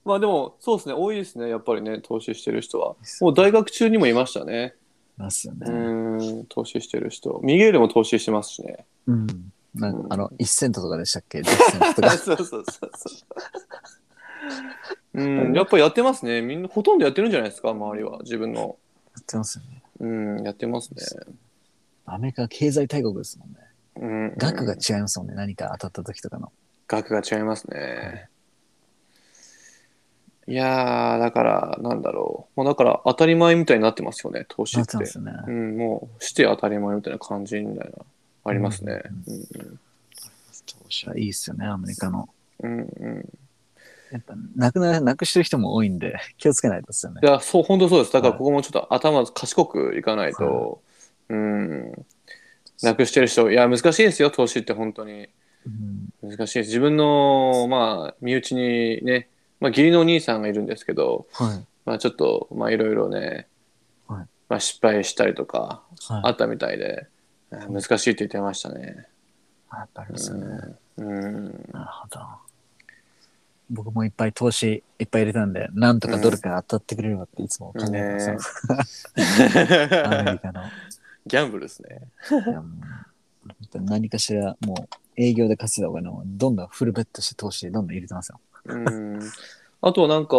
[SPEAKER 2] まあでもそうですね多いですねやっぱりね投資してる人は
[SPEAKER 3] です
[SPEAKER 2] もう大学中にもいましたね
[SPEAKER 3] ますよ
[SPEAKER 2] う
[SPEAKER 3] ね。
[SPEAKER 2] ーん、投資してる人。ミゲールも投資してますしね。
[SPEAKER 3] うん。なんかあの、1セントとかでしたっけ ?10 セントと
[SPEAKER 2] そう そう
[SPEAKER 3] か。
[SPEAKER 2] そうそう。うん、やっぱりやってますね。みんな、ほとんどやってるんじゃないですか、周りは。自分の。
[SPEAKER 3] ってますよね。
[SPEAKER 2] うん、やってますね。
[SPEAKER 3] アメリカは経済大国ですもんね。
[SPEAKER 2] うん、
[SPEAKER 3] 額が違いますもんね。何か当たった時とかの。
[SPEAKER 2] 額が違いますね。いやー、だから、なんだろう。もうだから、当たり前みたいになってますよね、投資
[SPEAKER 3] なっ
[SPEAKER 2] ってて。
[SPEAKER 3] ますよね。
[SPEAKER 2] うん、もう、して当たり前みたいな感じみたいな、ありますね。うん
[SPEAKER 3] 投資はいいですよね、アメリカの。
[SPEAKER 2] うん、うん、うん。
[SPEAKER 3] やっぱ、なくな、なくしてる人も多いんで、 気をつけないとですよね
[SPEAKER 2] い。や、そう、本当そうです。だから、
[SPEAKER 3] はい
[SPEAKER 2] ここもちょっと頭賢くいかないと、うん、なくしてる人、いや、難しいですよ、投資って本当に。
[SPEAKER 3] うん
[SPEAKER 2] 難しいです。自分の、まあ、身内にね、まあ、義理のお兄さんがいるんですけど、
[SPEAKER 3] はい。
[SPEAKER 2] まあ、ちょっと、まあ、いろいろね、
[SPEAKER 3] はい
[SPEAKER 2] まあ、失敗したりとか、あ
[SPEAKER 3] はい
[SPEAKER 2] ったみたいで、あ難しいって言ってましたね。
[SPEAKER 3] あ。やっぱありますよね。
[SPEAKER 2] うん。
[SPEAKER 3] なるほど。僕もいっぱい投資いっぱい入れたんで、なんとかどれか当たってくれればっていつも考えてます。
[SPEAKER 2] ね
[SPEAKER 3] アメリカの。
[SPEAKER 2] ギャンブルですね。
[SPEAKER 3] いやもう本当に何かしら、もう営業で稼いだお金をどんどんフルベットして投資でどんどん入れてますよ。
[SPEAKER 2] うん。あとはなんか、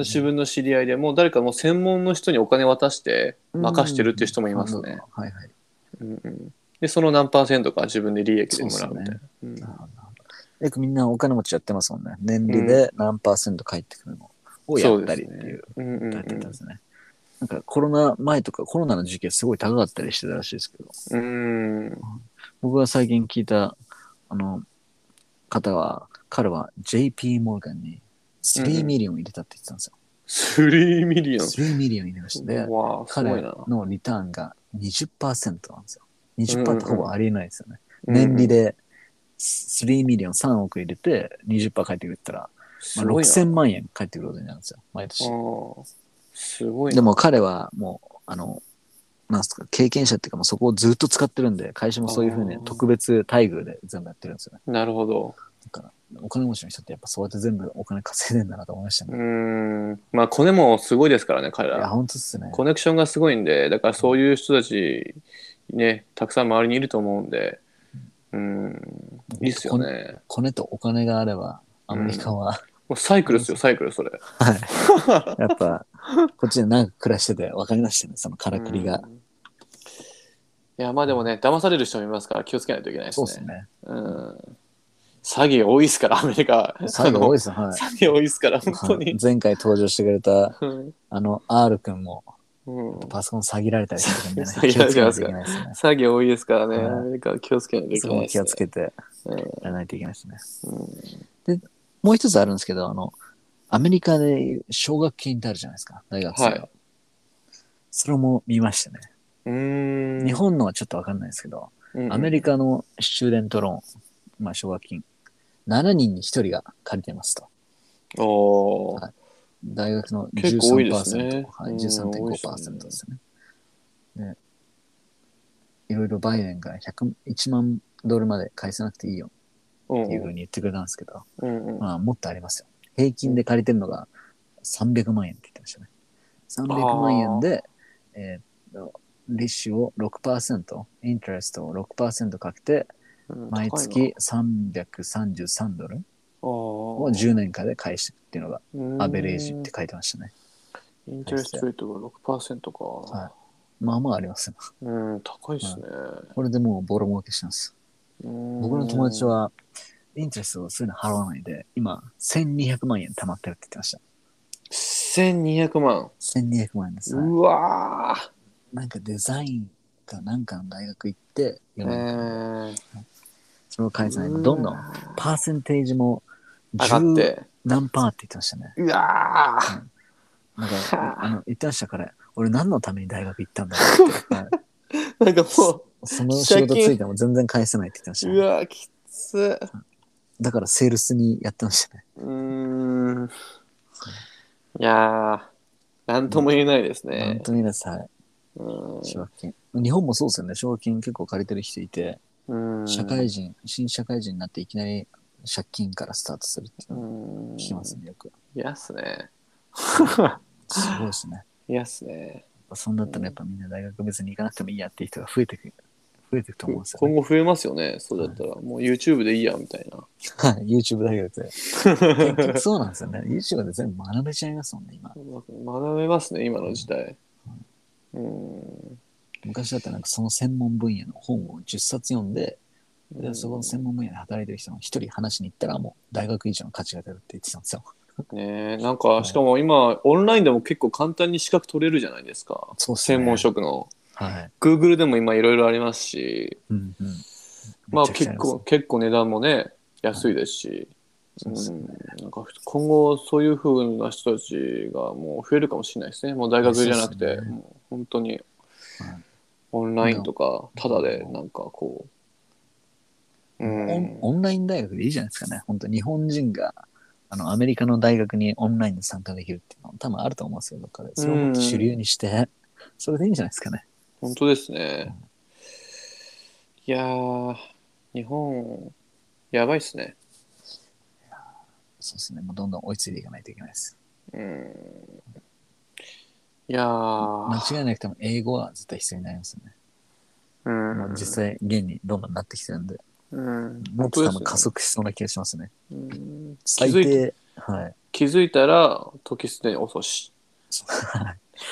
[SPEAKER 2] 自分の知り合いでもう誰かもう専門の人にお金渡して任してるっていう人もいますね。
[SPEAKER 3] はいはい。
[SPEAKER 2] うんうん、でその何パーセントか自分で利益でもらうみたいな。うん
[SPEAKER 3] なるほどよくみんなお金持ちやってますもんね。年利で何パーセント返ってくるのをやったりっていう。
[SPEAKER 2] うんうん
[SPEAKER 3] やってたんですね。なんかコロナ前とかコロナの時期はすごい高かったりしてたらしいですけど、
[SPEAKER 2] うんうん
[SPEAKER 3] 僕が最近聞いたあの方は、彼は JP モルガンに3ミリオン入れたって言ってたんですよ。
[SPEAKER 2] 3ミリオン。
[SPEAKER 3] 3ミリオン入れまして、で
[SPEAKER 2] わあすご
[SPEAKER 3] 彼
[SPEAKER 2] いな。
[SPEAKER 3] のリターンが20%なんですよ。
[SPEAKER 2] うんうんう
[SPEAKER 3] 20%
[SPEAKER 2] ん
[SPEAKER 3] ってほぼありえないですよね。年利で3ミリオン3億入れて20%返ってくるって言ったら、まあ、
[SPEAKER 2] うんうん、す
[SPEAKER 3] 6000万円返ってくることになるんですよ、毎年。
[SPEAKER 2] ごいな。ああすごいな。
[SPEAKER 3] でも彼はもう、あの、なんすか、経験者っていうか、もうそこをずっと使ってるんで、会社もそういうふうに
[SPEAKER 2] あー
[SPEAKER 3] 特別待遇で全部やってるんですよね。
[SPEAKER 2] なるほど。
[SPEAKER 3] だから、お金持ちの人ってやっぱそうやって全部お金稼いでんだなと思いました
[SPEAKER 2] う
[SPEAKER 3] ね。
[SPEAKER 2] ん。まあコネもすごいですからね彼
[SPEAKER 3] いや、
[SPEAKER 2] ら。
[SPEAKER 3] ほんとっすね。
[SPEAKER 2] コネクションがすごいんでだからそういう人たちねたくさん周りにいると思うんで。うん。いいっすよね。
[SPEAKER 3] コネとお金があれば、アメリカは、
[SPEAKER 2] もうサイクルですよサイクルそれ。
[SPEAKER 3] はい。やっぱ、こっちで長く暮らしてて分かりましたね、そのからくりが。
[SPEAKER 2] うんいやまあでもね騙される人もいますから気をつけないといけないです
[SPEAKER 3] そう
[SPEAKER 2] ね。
[SPEAKER 3] ですね。
[SPEAKER 2] うん、詐欺多いですからアメリカ。
[SPEAKER 3] 最後多い
[SPEAKER 2] い
[SPEAKER 3] ですね、はい。
[SPEAKER 2] 詐欺多いですから 本当
[SPEAKER 3] はい
[SPEAKER 2] に。
[SPEAKER 3] 前回登場してくれた、
[SPEAKER 2] うん
[SPEAKER 3] あの、R 君も、
[SPEAKER 2] うん
[SPEAKER 3] パソコン詐欺られたりしてる んでね
[SPEAKER 2] 詐、欺
[SPEAKER 3] 気
[SPEAKER 2] ら
[SPEAKER 3] を
[SPEAKER 2] れ
[SPEAKER 3] つ
[SPEAKER 2] て
[SPEAKER 3] け
[SPEAKER 2] ますから
[SPEAKER 3] なきゃいけないですね。
[SPEAKER 2] 詐欺多いですからね、
[SPEAKER 3] はい
[SPEAKER 2] アメリカは気をつけないといけ
[SPEAKER 3] そ
[SPEAKER 2] ない
[SPEAKER 3] こも
[SPEAKER 2] です、
[SPEAKER 3] 気
[SPEAKER 2] ね。
[SPEAKER 3] をつけてや
[SPEAKER 2] うん
[SPEAKER 3] らないといけないですね。
[SPEAKER 2] うん
[SPEAKER 3] もう一つあるんですけど、あの、アメリカで奨学金ってあるじゃないですか、大学生は。
[SPEAKER 2] はい
[SPEAKER 3] それも見ましたね。
[SPEAKER 2] うーん
[SPEAKER 3] 日本のはちょっとわかんないですけど、
[SPEAKER 2] うん
[SPEAKER 3] アメリカのスチューデントローン、まあ奨学金、7人に1人が借りてますと。
[SPEAKER 2] おー
[SPEAKER 3] はい大学の
[SPEAKER 2] 結構多い
[SPEAKER 3] 13%、
[SPEAKER 2] ですね
[SPEAKER 3] はい、
[SPEAKER 2] うん
[SPEAKER 3] 13.5%ですね。でいろいろバイデンが100 1万ドルまで返さなくていいよ
[SPEAKER 2] うん
[SPEAKER 3] っていうふうに言ってくれたんですけど、
[SPEAKER 2] うんうん
[SPEAKER 3] まあ、もっとありますよ。平均で借りてるのが300万円って言ってましたね。300万円で、えーっと、利子を6%、インタレストを6%かけて、
[SPEAKER 2] うん
[SPEAKER 3] 毎月333ドルを
[SPEAKER 2] 高いな
[SPEAKER 3] 10年間で返していくっていうのが
[SPEAKER 2] あー
[SPEAKER 3] アベレージって書いてましたね。
[SPEAKER 2] うんインテレストレートが6%か、
[SPEAKER 3] はいまあまあありますよ。
[SPEAKER 2] うん高いですね、
[SPEAKER 3] これでもうボロ儲けしたんです。僕
[SPEAKER 2] 僕
[SPEAKER 3] の友達は、インタレストをそういうの払わないで、今、1200万円貯まってるって言ってました。
[SPEAKER 2] 1200万
[SPEAKER 3] 1200万円ですね。
[SPEAKER 2] うわー
[SPEAKER 3] なんかデザインかなんかの大学行って、
[SPEAKER 2] え
[SPEAKER 3] 4年間
[SPEAKER 2] ー
[SPEAKER 3] それを返さないと、どんど
[SPEAKER 2] うん
[SPEAKER 3] パーセンテージも
[SPEAKER 2] 上がっ
[SPEAKER 3] 10
[SPEAKER 2] て
[SPEAKER 3] 何パーって言ってましたね。
[SPEAKER 2] うわー
[SPEAKER 3] なんか
[SPEAKER 2] は、
[SPEAKER 3] あの、言ってましたから、俺何のために大学行ったんだ ろうって。はい
[SPEAKER 2] なんかも
[SPEAKER 3] その仕事
[SPEAKER 2] 借
[SPEAKER 3] つ
[SPEAKER 2] 金
[SPEAKER 3] いても全然返せないって言ってました
[SPEAKER 2] う
[SPEAKER 3] ね、
[SPEAKER 2] うわーきつ
[SPEAKER 3] だからセールスにやってましたね。
[SPEAKER 2] うーんいやー、なんとも言えないです
[SPEAKER 3] 本
[SPEAKER 2] ね。
[SPEAKER 3] 当に皆さん、は
[SPEAKER 2] うん
[SPEAKER 3] い奨学金。日本もそうですよね。奨学金結構借りてる人いて、
[SPEAKER 2] うん
[SPEAKER 3] 社会人、新社会人になっていきなり借金からスタートするっていう
[SPEAKER 2] う
[SPEAKER 3] のを
[SPEAKER 2] ん
[SPEAKER 3] 聞きますね、よく。
[SPEAKER 2] 嫌っすね。
[SPEAKER 3] すごいですね。
[SPEAKER 2] 嫌っすね。
[SPEAKER 3] そんだったらやっぱみんな大学別に行かなくてもいいやっていう人が増えてくる、増えていくと思うんですよ、
[SPEAKER 2] 今
[SPEAKER 3] ね。
[SPEAKER 2] 後増えますよね。そうだったら、もう YouTube でいいや、みたいな。
[SPEAKER 3] はい、YouTube 大学で。結局そうなんですよね。YouTube で全部学べちゃいますもんね、今。
[SPEAKER 2] 学べますね、今の時代。うん。
[SPEAKER 3] 昔だったらなんかその専門分野の本を10冊読んで、でそこの専門分野で働いてる人の一人話しに行ったらもう大学以上の価値が出るって言ってたんですよ。
[SPEAKER 2] ねえなんか、しかも今、オンラインでも結構簡単に資格取れるじゃないですか。
[SPEAKER 3] そうっすね
[SPEAKER 2] 専門職の。
[SPEAKER 3] はい。
[SPEAKER 2] Google でも今いろいろありますし、
[SPEAKER 3] うんうん。
[SPEAKER 2] まあ
[SPEAKER 3] めちゃくち
[SPEAKER 2] 結
[SPEAKER 3] ゃりす
[SPEAKER 2] 構、結構値段もね、安いですし、
[SPEAKER 3] そうっすね
[SPEAKER 2] うんなんか今後そういうふうな人たちがもう増えるかもしれないですね。もう大学じゃなく
[SPEAKER 3] そう
[SPEAKER 2] て、
[SPEAKER 3] っすね
[SPEAKER 2] もう本当に
[SPEAKER 3] はい
[SPEAKER 2] オンラインとか、ただでなんかこう、う
[SPEAKER 3] オ
[SPEAKER 2] ん
[SPEAKER 3] ン。オンライン大学でいいじゃないですかね。本当日本人があのアメリカの大学にオンラインで参加できるっていうのも多分あると思うんですよ、どっかで。それをもっと主流にして、それでいいんじゃないですかね。
[SPEAKER 2] 本当ですね。いやー、日本、やばいっすね。
[SPEAKER 3] そうですね。もうどんどん追いついていかないといけないです。
[SPEAKER 2] うん。いやー、
[SPEAKER 3] 間違いなくても英語は絶対必要になりますよね。
[SPEAKER 2] うん
[SPEAKER 3] もう実際、現にどんどんなってきてるんで、
[SPEAKER 2] うん、
[SPEAKER 3] もっと多分
[SPEAKER 2] 本当
[SPEAKER 3] 加
[SPEAKER 2] ですね
[SPEAKER 3] 速しそうな気がしますね。
[SPEAKER 2] うん気
[SPEAKER 3] 最
[SPEAKER 2] づい
[SPEAKER 3] 低、はい。
[SPEAKER 2] 気づいたら時すでに遅し。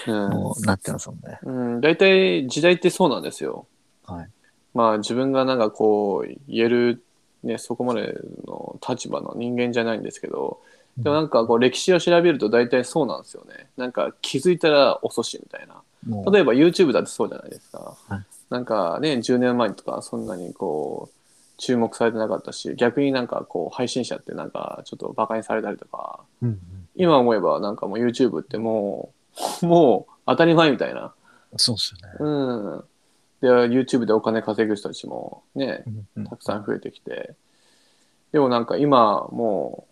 [SPEAKER 2] う
[SPEAKER 3] もうなってますもんね。
[SPEAKER 2] ん、うん、大体時代ってそうなんですよ。
[SPEAKER 3] はい。
[SPEAKER 2] まあ自分がなんかこう言える、ね、そこまでの立場の人間じゃないんですけどでもなんかこう歴史を調べると大体そうなんですよねなんか気づいたら遅しみたいな
[SPEAKER 3] もう
[SPEAKER 2] 例えば YouTube だってそうじゃないですか、
[SPEAKER 3] はい
[SPEAKER 2] なんかね10年前とかそんなにこう注目されてなかったし逆になんかこう配信者ってなんかちょっとバカにされたりとか
[SPEAKER 3] うんうん、
[SPEAKER 2] 今思えばなんかもう YouTube ってもう もう当たり前みたいな
[SPEAKER 3] そうですよね。
[SPEAKER 2] うん。で、YouTube でお金稼ぐ人たちもね、
[SPEAKER 3] うん。
[SPEAKER 2] たくさん増えてきて。でもなんか今、も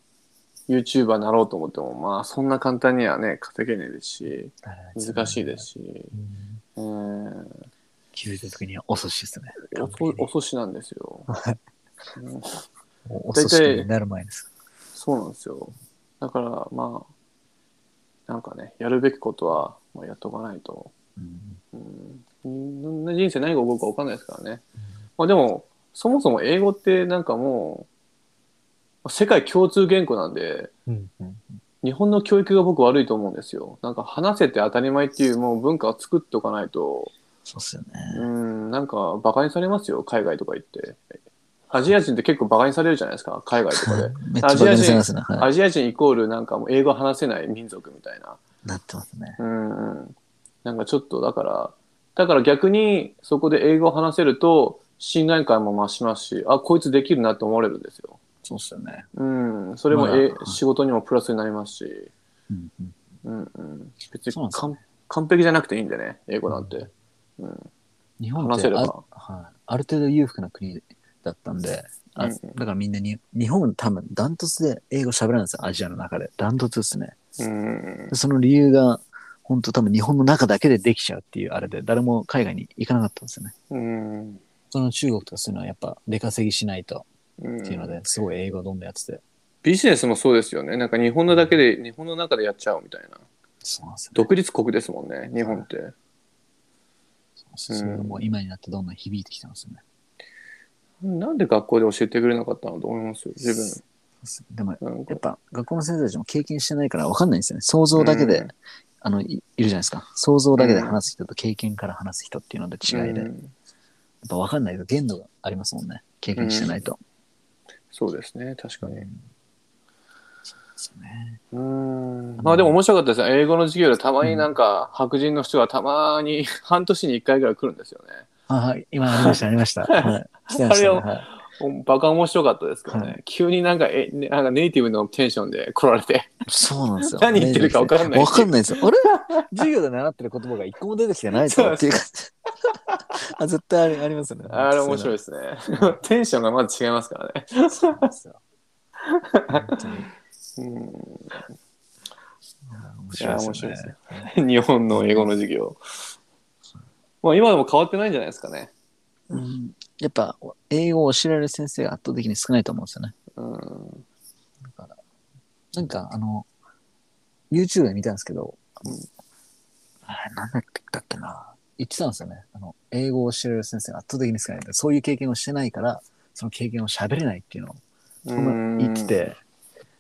[SPEAKER 2] う、YouTuber になろうと思っても、まあそんな簡単にはね、稼げないですし、難しいですすし。
[SPEAKER 3] うん
[SPEAKER 2] うん。
[SPEAKER 3] 気づいた時には遅しですね。
[SPEAKER 2] お遅しなんですよ。うん
[SPEAKER 3] お遅しになる前です。
[SPEAKER 2] そうなんですよ。だからまあ、なんかね、やるべきことはまあやっとかないと。
[SPEAKER 3] うん
[SPEAKER 2] うん、な人生何が起こるか分かんないですからね。まあ、でも、そもそも英語ってなんかもう、世界共通言語なんで、
[SPEAKER 3] うんうん
[SPEAKER 2] 日本の教育が僕悪いと思うんですよ。なんか話せて当たり前っていうもう文化を作っておかないと、
[SPEAKER 3] そうっすよ
[SPEAKER 2] う
[SPEAKER 3] ね。
[SPEAKER 2] ん、なんか馬鹿にされますよ、海外とか行って。アジア人って結構馬鹿にされるじゃないですか、海外とかで。
[SPEAKER 3] めっちゃバカにされますね。は
[SPEAKER 2] アジア人イコールなんかもう英語話せない民族みたいな。
[SPEAKER 3] い。なってますね。
[SPEAKER 2] うんうん、なんかちょっとだからだから逆にそこで英語を話せると信頼感も増しますしあこいつできるなって思われるんですよ。
[SPEAKER 3] そうっすよね。
[SPEAKER 2] うん、それも、え
[SPEAKER 3] まあ
[SPEAKER 2] 仕事にもプラスになりますし、
[SPEAKER 3] うんうん
[SPEAKER 2] うんうん、別に
[SPEAKER 3] そうなんです
[SPEAKER 2] 完完璧じゃなくていいんでね英語なんて。うん
[SPEAKER 3] 日本っ
[SPEAKER 2] 話
[SPEAKER 3] て
[SPEAKER 2] せ
[SPEAKER 3] あ,、
[SPEAKER 2] れば
[SPEAKER 3] はい、ある程度裕福な国だったんで、あ
[SPEAKER 2] うんうん
[SPEAKER 3] だからみんなに、日本多分ダントツで英語喋らないんですよ、アジアの中で。ダントツですね。
[SPEAKER 2] うん
[SPEAKER 3] でその理由が、本当多分日本の中だけでできちゃうっていうあれで、誰も海外に行かなかったんですよね。
[SPEAKER 2] うん
[SPEAKER 3] その中国とかそういうのはやっぱ出稼ぎしないと
[SPEAKER 2] うん
[SPEAKER 3] っていうので、すごい英語をどんどんやってて。
[SPEAKER 2] ビジネスもそうですよねなんか日本のだけで日本の中でやっちゃうみたいな
[SPEAKER 3] そうなんですよ、ね。
[SPEAKER 2] 独立国ですもんね日本って。
[SPEAKER 3] そうそれがもう今になってどんどん響いてきてますよね。
[SPEAKER 2] なんで学校で教えてくれなかったのと思いますよ自分。
[SPEAKER 3] でも、
[SPEAKER 2] なんか
[SPEAKER 3] やっぱ学校の先生たちも経験してないから分かんないんですよね。想像だけで、
[SPEAKER 2] うん
[SPEAKER 3] あのい、いるじゃないですか。想像だけで話す人と経験から話す人っていうので違いで、
[SPEAKER 2] う
[SPEAKER 3] やっ
[SPEAKER 2] ん
[SPEAKER 3] ぱ分かんないと限度がありますもんね。経験してないと。
[SPEAKER 2] そうですね確かに
[SPEAKER 3] そうね
[SPEAKER 2] うんまあでも面白かったですね英語の授業でたまになんか白人の人がたまに 半年に1回ぐらい来るんですよね
[SPEAKER 3] はいはい、今ありました、あり ました。はい、来てました、ね。
[SPEAKER 2] あれ
[SPEAKER 3] はい
[SPEAKER 2] おバカ面白かったですからね、
[SPEAKER 3] は
[SPEAKER 2] 急になんかえねなんかネイティブのテンションで来られて
[SPEAKER 3] そうなんですよ。
[SPEAKER 2] 何言ってるか分かんない
[SPEAKER 3] 分かんないですよ。 あれ授業で習ってる言葉が一個も出てきてないとかっていう感じ。 あ絶対ありありますよね。
[SPEAKER 2] あれ面白いですね テンションがまず違いますからね、
[SPEAKER 3] そうなんですよ。本当に
[SPEAKER 2] う
[SPEAKER 3] 面
[SPEAKER 2] いや面
[SPEAKER 3] 白
[SPEAKER 2] 白
[SPEAKER 3] い
[SPEAKER 2] いで
[SPEAKER 3] で
[SPEAKER 2] すす
[SPEAKER 3] よね
[SPEAKER 2] ね。ん、 日本の英語の授業まあ今でも変わってないんじゃないですかね
[SPEAKER 3] うんやっぱ英語を教えられる先生が圧倒的に少ないと思うんですよね。
[SPEAKER 2] うん
[SPEAKER 3] なんかあの、YouTube で見たんですけど、あの
[SPEAKER 2] うん
[SPEAKER 3] あれなんだったっけな。言ってたんですよね。あの、英語を教えられる先生が圧倒的に少ない。そういう経験をしてないから、その経験を喋れないっていうのを
[SPEAKER 2] うん
[SPEAKER 3] 言ってて、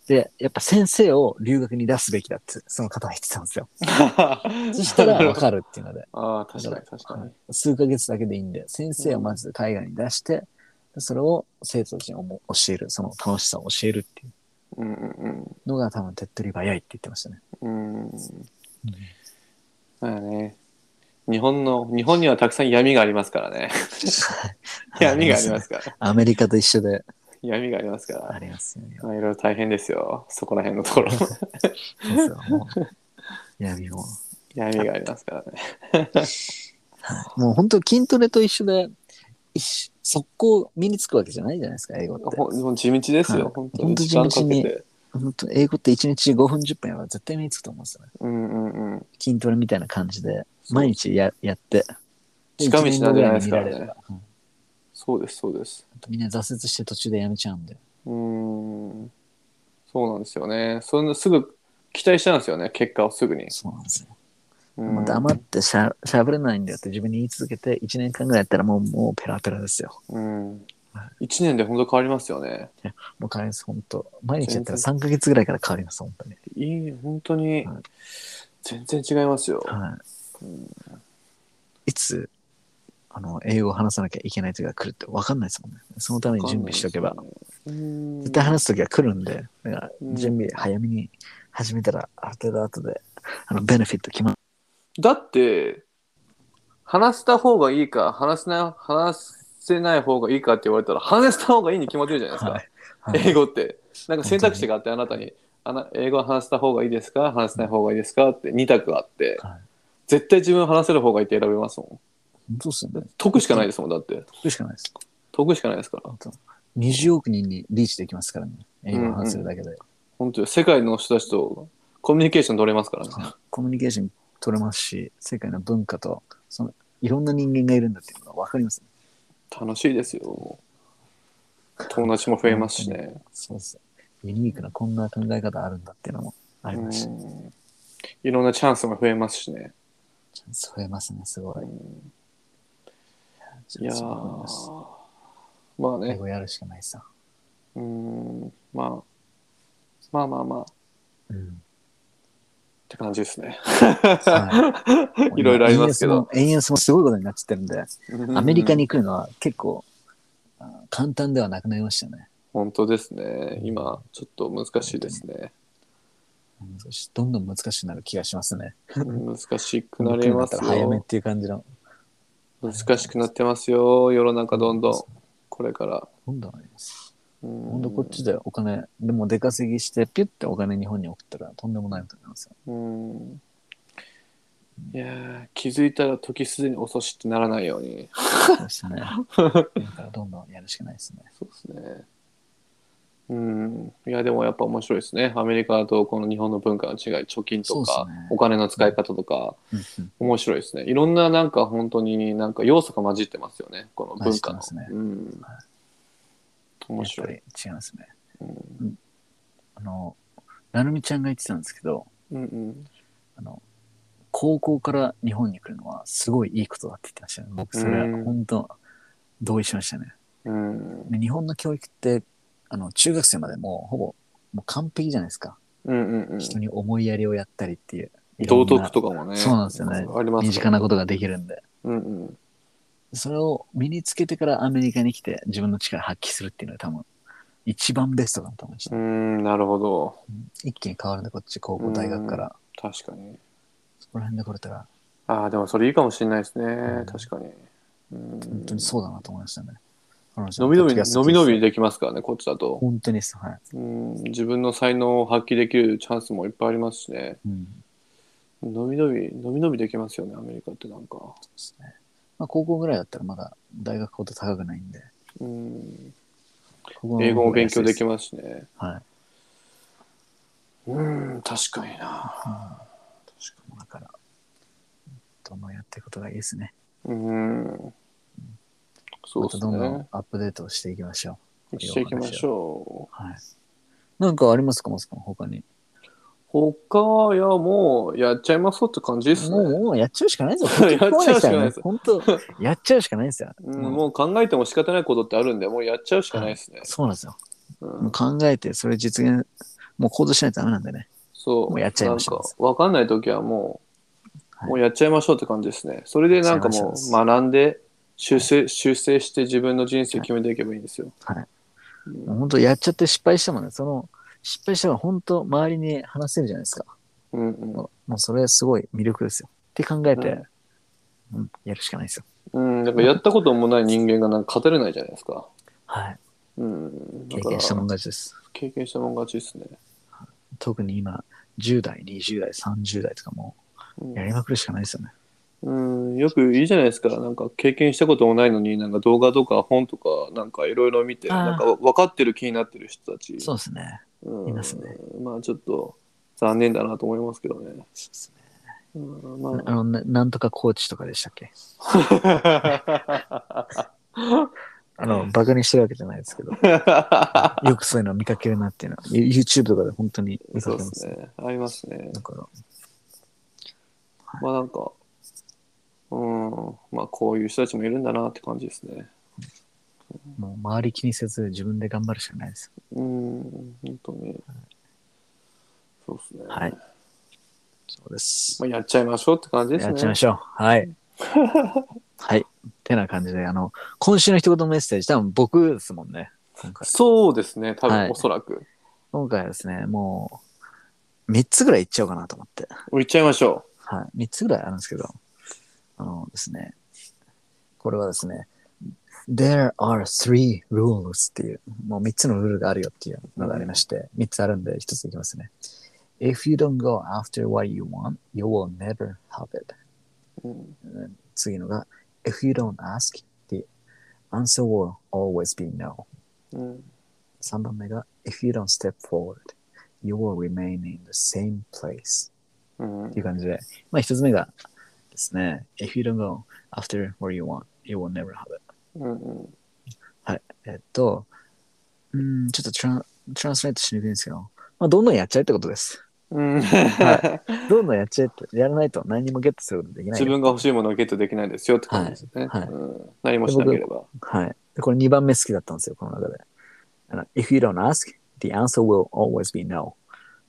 [SPEAKER 3] で、やっぱ先生を留学に出すべきだって、その方は言ってたんですよ。 そしたらわかるっていうので。
[SPEAKER 2] ああ確かに確かに
[SPEAKER 3] 数ヶ月だけでいいんで、先生をまず海外に出して、でそれを生徒たちにも教える、その楽しさを教えるっていう
[SPEAKER 2] うんうんうん
[SPEAKER 3] のが多分手っ取り早いって言ってましたね。
[SPEAKER 2] うん。だよね。日本の、日本にはたくさん闇がありますからね。闇 がありますから。
[SPEAKER 3] アメリカと一緒で
[SPEAKER 2] 闇がありますから。
[SPEAKER 3] ありますよね。
[SPEAKER 2] まあ、いろいろ大変ですよ。そこら辺のとこ ろ。
[SPEAKER 3] そうですよもう闇も。
[SPEAKER 2] 闇がありますからね。
[SPEAKER 3] もう本当筋トレと一緒で、一速攻身につくわけじゃないじゃないですか、英語って。
[SPEAKER 2] ほんほん地道です
[SPEAKER 3] はい
[SPEAKER 2] よ。本当
[SPEAKER 3] ほん
[SPEAKER 2] に
[SPEAKER 3] と
[SPEAKER 2] 時間
[SPEAKER 3] 地道
[SPEAKER 2] か
[SPEAKER 3] に
[SPEAKER 2] けて。
[SPEAKER 3] 本当英語って1日5分10分やれば絶対身につくと思うんですよね。
[SPEAKER 2] うんうんうん。
[SPEAKER 3] 筋トレみたいな感じで、
[SPEAKER 2] そう
[SPEAKER 3] 毎日ややって。
[SPEAKER 2] 近道なんじゃないですから
[SPEAKER 3] 一年後ぐらに
[SPEAKER 2] ね
[SPEAKER 3] 見れればうん
[SPEAKER 2] そうです、そうです。
[SPEAKER 3] みんな挫折して途中でやめちゃうんで。
[SPEAKER 2] うん。そうなんですよね。そんなすぐ期待しちゃうんですよね。結果をすぐに。
[SPEAKER 3] そうなんですよ。
[SPEAKER 2] うん
[SPEAKER 3] もう黙ってしゃしゃべれないんだよって自分に言い続けて、1年間ぐらいやったらもうもうペラペラですよ。
[SPEAKER 2] うん。一年で本当変わりますよね。
[SPEAKER 3] もう変わります、本当毎日やったら3ヶ月ぐらいから変わります、本当に。
[SPEAKER 2] いい、本当に
[SPEAKER 3] はい、
[SPEAKER 2] 全然違いますよ。
[SPEAKER 3] はい。いつ、あの、英語を話さなきゃいけない時が来るって分かんないですもんね。そのために準備しておけば。
[SPEAKER 2] うん。
[SPEAKER 3] 絶対話す時が来るんで、だから
[SPEAKER 2] うん
[SPEAKER 3] 準備早めに始めたら、ある程度後で、あの、ベネフィット決まる。
[SPEAKER 2] だって、話した方がいいか、話せない、話せない方がいいかって言われたら、話した方がいいに決まってるじゃないですか。
[SPEAKER 3] はい。はい
[SPEAKER 2] 英語って。なんか選択肢があって、あなたに、あな英語は話した方がいいですか話せない方がいいですかって2択あって、
[SPEAKER 3] はい
[SPEAKER 2] 絶対自分話せる方がいいって選べますも
[SPEAKER 3] 本当っすよね
[SPEAKER 2] ん。。得しかないですもん、だって。
[SPEAKER 3] それしかないです。
[SPEAKER 2] 得しかないですから。
[SPEAKER 3] 本当20億人にリーチできますからね。英語を話せるだけで。
[SPEAKER 2] 本当に世界の人たちとコミュニケーション取れますからね。
[SPEAKER 3] はいコミュニケーション取れますし、世界の文化と、その、いろんな人間がいるんだっていうのが分かりますね。
[SPEAKER 2] 楽しいですよ。友達も増えますしね。
[SPEAKER 3] そうです。ユニークなこんな考え方あるんだっていうのもあり
[SPEAKER 2] う
[SPEAKER 3] ますし、
[SPEAKER 2] んいろんなチャンスも増えますしね。
[SPEAKER 3] チャンス増えますね、すごい。
[SPEAKER 2] うん
[SPEAKER 3] チ
[SPEAKER 2] い
[SPEAKER 3] ャン
[SPEAKER 2] や
[SPEAKER 3] ス増えます
[SPEAKER 2] ーまあ
[SPEAKER 3] 英
[SPEAKER 2] ね、
[SPEAKER 3] 語やるしかないさ。
[SPEAKER 2] うん、まあ、まあまあまあ、っ
[SPEAKER 3] うん。
[SPEAKER 2] て感じですね。
[SPEAKER 3] は い
[SPEAKER 2] ろいろありますけど。。
[SPEAKER 3] 円安もすごいことになっちゃってるんで、
[SPEAKER 2] うん
[SPEAKER 3] アメリカに行くのは結構、あ簡単ではなくなりましたね。
[SPEAKER 2] 本当ですね。今、ちょっと難しいですね。
[SPEAKER 3] 難しいどんどん難しくなる気がしますね。
[SPEAKER 2] 難しくなります
[SPEAKER 3] この国だったら早めっ
[SPEAKER 2] よ。
[SPEAKER 3] ていう感じの。
[SPEAKER 2] 難しくなってますよ。世の中どんどん。これから。
[SPEAKER 3] どんどんあります。
[SPEAKER 2] うん
[SPEAKER 3] ほんとこっちでお金、でも出稼ぎして、ピュってお金日本に送ったらとんでもないことになりま すよ。
[SPEAKER 2] うんいやー気づいたら時すでに遅しってならないように。
[SPEAKER 3] そうですね。だからどんどんやるしかないですね。
[SPEAKER 2] そうですね。うん。いや、でもやっぱ面白いですね。アメリカとこの日本の文化の違い、貯金と
[SPEAKER 3] そ
[SPEAKER 2] か
[SPEAKER 3] う、ですね
[SPEAKER 2] お金の使い方とか、
[SPEAKER 3] うんうん
[SPEAKER 2] 面白いですね。いろんななんか本当になんか要素が混じってますよね。この文化の。
[SPEAKER 3] 混じってますね
[SPEAKER 2] うん。面白
[SPEAKER 3] や
[SPEAKER 2] い。
[SPEAKER 3] っぱり違いますね。
[SPEAKER 2] うん
[SPEAKER 3] あの、なるみちゃんが言ってたんですけど、
[SPEAKER 2] うんうん。
[SPEAKER 3] あの、高校から日本に来るのはすごいいいことだって言ってましたね。僕、それ
[SPEAKER 2] うん
[SPEAKER 3] は本当、同意しましたね。
[SPEAKER 2] うん
[SPEAKER 3] で日本の教育って、あの、中学生までもうほぼ、もう完璧じゃないですか。
[SPEAKER 2] うんうんうん。
[SPEAKER 3] 人に思いやりをやったりっていう。
[SPEAKER 2] 道徳
[SPEAKER 3] か、
[SPEAKER 2] とかもね。
[SPEAKER 3] そうなんですよね
[SPEAKER 2] あります
[SPEAKER 3] 身近なことができるんで。
[SPEAKER 2] と。うんうん。
[SPEAKER 3] それを身につけてからアメリカに来て自分の力発揮するっていうのが多分、一番ベストだと思いまし
[SPEAKER 2] う
[SPEAKER 3] た。
[SPEAKER 2] ん、なるほど。
[SPEAKER 3] 一気に変わるんで、こっち高校、大学から。
[SPEAKER 2] 確かに。
[SPEAKER 3] そこら辺で来れたら、
[SPEAKER 2] ああ、でもそれいいかもしれないですね。
[SPEAKER 3] ん
[SPEAKER 2] 確かに。うん
[SPEAKER 3] 本当にそうだなと思いましたね。
[SPEAKER 2] 伸び伸び、伸び伸び
[SPEAKER 3] で。
[SPEAKER 2] できますからね、こっちだと。
[SPEAKER 3] 本当にそう、はい。
[SPEAKER 2] うん、自分の才能を発揮できるチャンスもいっぱいありますしね。
[SPEAKER 3] うん。
[SPEAKER 2] 伸び伸び、伸び伸びできますよね、アメリカってなんか。
[SPEAKER 3] そうですね。まあ、高校ぐらいだったらまだ大学ほど高くないんで。
[SPEAKER 2] うん、
[SPEAKER 3] 高校の方が
[SPEAKER 2] 英語も勉強でき
[SPEAKER 3] 安い
[SPEAKER 2] ますしね。
[SPEAKER 3] す。はい。
[SPEAKER 2] うん、確かにな。
[SPEAKER 3] 確かに。だから、どんどんやっていくことがいいですね。
[SPEAKER 2] うん。そう
[SPEAKER 3] ま
[SPEAKER 2] で
[SPEAKER 3] た
[SPEAKER 2] す
[SPEAKER 3] どんどん
[SPEAKER 2] ね。
[SPEAKER 3] アップデートしていきましょ
[SPEAKER 2] していきましょ
[SPEAKER 3] う。はい。なんかありますか、マスコン、他に。
[SPEAKER 2] う。他、いや、もう、やっちゃいますって感じです
[SPEAKER 3] もう、
[SPEAKER 2] ね。
[SPEAKER 3] もうやっちゃうしかないです よ。
[SPEAKER 2] やっちゃうしかないです
[SPEAKER 3] 本当、 やっちゃうしかないですよ。
[SPEAKER 2] うん、もう考えても仕方ないことってあるんで、もうやっちゃうしかないですね。
[SPEAKER 3] そうなんです
[SPEAKER 2] う
[SPEAKER 3] よ。
[SPEAKER 2] ん
[SPEAKER 3] もう考えて、それ実現、もう行動しないとダメなんでね。
[SPEAKER 2] そう。
[SPEAKER 3] もうやっちゃいましょ
[SPEAKER 2] な
[SPEAKER 3] う
[SPEAKER 2] んか、わかんないときはもう、
[SPEAKER 3] はい
[SPEAKER 2] もうやっちゃいましょうって感じですね。それでなんか
[SPEAKER 3] やっちゃい
[SPEAKER 2] も
[SPEAKER 3] まし
[SPEAKER 2] う
[SPEAKER 3] ょう
[SPEAKER 2] 学んで、修正、修正して自分の人生を決めていけばいいんですよ。
[SPEAKER 3] はい。
[SPEAKER 2] うん
[SPEAKER 3] 本当やっちゃって失敗してもね、その失敗したら本当周りに話せるじゃないですか。
[SPEAKER 2] うんうん
[SPEAKER 3] もうそれすごい魅力ですよ。って考えて、
[SPEAKER 2] はい
[SPEAKER 3] うん、やるしかないですよ。
[SPEAKER 2] うん、だからやったこともない人間がなんか語れないじゃないですか。
[SPEAKER 3] はい。
[SPEAKER 2] うん、だ
[SPEAKER 3] 経
[SPEAKER 2] から
[SPEAKER 3] 験したもん勝ちです。
[SPEAKER 2] 経験したもん勝ちですね。
[SPEAKER 3] 特に今、10代、20代、30代とかも
[SPEAKER 2] うん
[SPEAKER 3] やりまくるしかないですよね。
[SPEAKER 2] うん、よくいいじゃないですか。なんか経験したこともないのに、なんか動画とか本とか、なんかいろいろ見て、
[SPEAKER 3] あー
[SPEAKER 2] なんか分かってる気になってる人たち、
[SPEAKER 3] そうですね。
[SPEAKER 2] うん
[SPEAKER 3] いますね。
[SPEAKER 2] まあちょっと残念だなと思いますけどね。
[SPEAKER 3] そうですね
[SPEAKER 2] うん、まあ
[SPEAKER 3] あのな、なんとかコーチとかでしたっけあの、バカにしてるわけじゃないですけ ど、よくそういうの見かけるなっていうのは、ユ YouTube とかで本当に見 か
[SPEAKER 2] そう
[SPEAKER 3] け
[SPEAKER 2] で
[SPEAKER 3] ますす。
[SPEAKER 2] ね。ありますね
[SPEAKER 3] だ。から、
[SPEAKER 2] まあなんか、うん、まあこういう人たちもいるんだなって感じですね。
[SPEAKER 3] もう周り気にせず自分で頑張るしかないです。
[SPEAKER 2] うん、本当に。そうですね。
[SPEAKER 3] はい。そうです
[SPEAKER 2] ま。あ、やっちゃいましょうって感じです
[SPEAKER 3] や
[SPEAKER 2] ね。
[SPEAKER 3] っちゃいましょう。 はい。はい。てな感じで、あの、今週の一言メッセージ、多分僕ですもんね。今回
[SPEAKER 2] そうですね、多分、
[SPEAKER 3] はい
[SPEAKER 2] おそらく。
[SPEAKER 3] 今回はですね、もう、3つぐらいいっちゃおうかなと思って。
[SPEAKER 2] いっちゃいましょ
[SPEAKER 3] はい。3つぐらいあるんですけど、あのですね、これはですね、There are three rules っていう、もう3つのルールがあるよっていうのがありまして、3つあるんで1ついきますね。If you don't go after what you want, you will never have it.
[SPEAKER 2] う。うん
[SPEAKER 3] 次のが、If you don't ask, the answer will always be no.
[SPEAKER 2] うん
[SPEAKER 3] 3番目が、If you don't step forward, you will remain in the same place.
[SPEAKER 2] うん
[SPEAKER 3] っていう感じで、まあ一つ目がですね、If you don't go after where you want, you will never have it.
[SPEAKER 2] うんうん
[SPEAKER 3] はい。えっと、うーん、ちょっとトラントランスレートしにくいんですけど、まあどんどんやっちゃえってことです。
[SPEAKER 2] うん
[SPEAKER 3] どんどんやっちゃえって、やらないと何にもゲットすることできない
[SPEAKER 2] 自
[SPEAKER 3] よ。
[SPEAKER 2] 分が欲しいものをゲットできないですよって感じですね。
[SPEAKER 3] はいはい
[SPEAKER 2] うん何もしなければ。
[SPEAKER 3] はい。でこれ2番目好きだったんですよ、この中で。あの If you don't ask, the answer will always be no.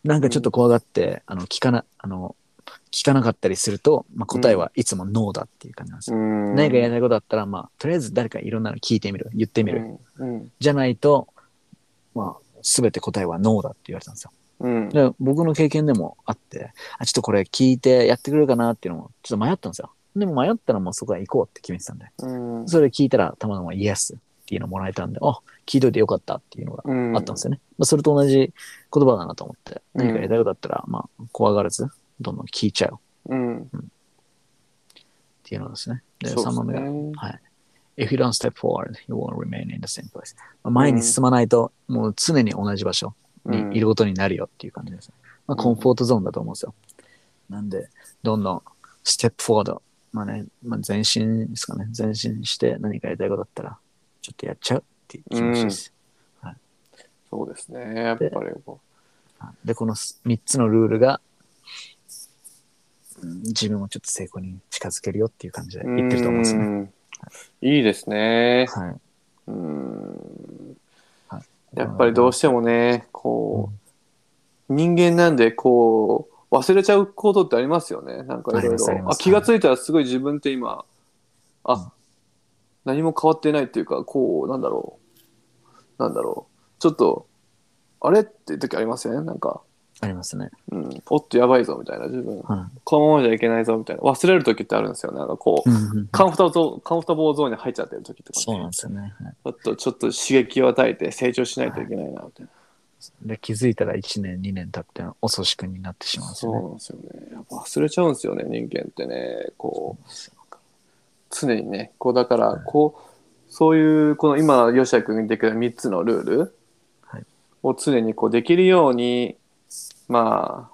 [SPEAKER 3] なんかちょっと怖がって、あの、聞かな、あの、聞かなかったりすると、まあ、答えはいつもノーだっていう感じなんですよ
[SPEAKER 2] うん
[SPEAKER 3] 何かやりたいことあったら、まあ、とりあえず誰かいろんなの聞いてみる、言ってみる。
[SPEAKER 2] うん
[SPEAKER 3] じゃないと、まあ、すべて答えはノーだって言われたんですよ。
[SPEAKER 2] うんうん
[SPEAKER 3] で僕の経験でもあって、あ、ちょっとこれ聞いてやってくれるかなっていうのも、ちょっと迷ったんですよ。でも迷ったらもうそこは行こうって決めてたんで、
[SPEAKER 2] うん
[SPEAKER 3] それ聞いたらたまたまイエスっていうのもらえたんで、あ、聞いといてよかったっていうのが
[SPEAKER 2] うん
[SPEAKER 3] あったんですよね。まあ、それと同じ言葉だなと思って、
[SPEAKER 2] うん
[SPEAKER 3] 何かやりたいことあったら、まあ、怖がらず、どんどん聞いちゃうっ
[SPEAKER 2] うん
[SPEAKER 3] ていうのですね。で、
[SPEAKER 2] そう
[SPEAKER 3] 3番目
[SPEAKER 2] で
[SPEAKER 3] が
[SPEAKER 2] す、ね。
[SPEAKER 3] はい。If you don't step forward, you will remain in the same place. まあ前に進まないと、もう常に同じ場所にいることになるよっていう感じです。まあ、コンフォートゾーンだと思うんですよ。なんで、どんどんステップフォワード、まあね、まあ、前進ですかね、前進して何かやりたいことだったら、ちょっとやっちゃうっていう気持ちです。
[SPEAKER 2] そうですね。やっぱりこ
[SPEAKER 3] はいで、この3つのルールが、うん自分をちょっと成功に近づけるよっていう感じで
[SPEAKER 2] う。
[SPEAKER 3] 言ってると思うんですよね。
[SPEAKER 2] うんいいですね。
[SPEAKER 3] はい。
[SPEAKER 2] うん
[SPEAKER 3] はい
[SPEAKER 2] やっぱりどうしてもね、こう、人間なんで、こう、忘れちゃうことってありますよね。なんかい
[SPEAKER 3] あり
[SPEAKER 2] ろい
[SPEAKER 3] ますあり
[SPEAKER 2] ろ。
[SPEAKER 3] ま
[SPEAKER 2] あ、
[SPEAKER 3] す
[SPEAKER 2] 気がついたらすごい自分って今、あ、
[SPEAKER 3] うん
[SPEAKER 2] 何も変わってないっていうか、こう、なんだろう。なんだろう。ちょっと、あれっていう時ありますよね。なんか、
[SPEAKER 3] ありますね。
[SPEAKER 2] うん、おっとやばいぞみたいな、自分、
[SPEAKER 3] は
[SPEAKER 2] このままじゃいけないぞみたいな、忘れる時ってあるんですよ。なんかこ
[SPEAKER 3] い。
[SPEAKER 2] う、
[SPEAKER 3] うんうん
[SPEAKER 2] カンフォートゾーン、カンフォータボーゾーンに入っちゃってる時とか、ね。
[SPEAKER 3] そうなんですよね。
[SPEAKER 2] ちょ
[SPEAKER 3] はい
[SPEAKER 2] っと、ちょっと刺激を与えて成長しないといけないな、みたいな。
[SPEAKER 3] で気づいたら1年2年経って遅しくになってしまうんです
[SPEAKER 2] そう
[SPEAKER 3] よね。
[SPEAKER 2] なんですよね。やっぱ忘れちゃうんですよね、人間ってね。こう、常にね、こう、だから、こう、そういう、この今、吉田君が言ってくれた3つのルール
[SPEAKER 3] はい
[SPEAKER 2] を常にこうできるように、ま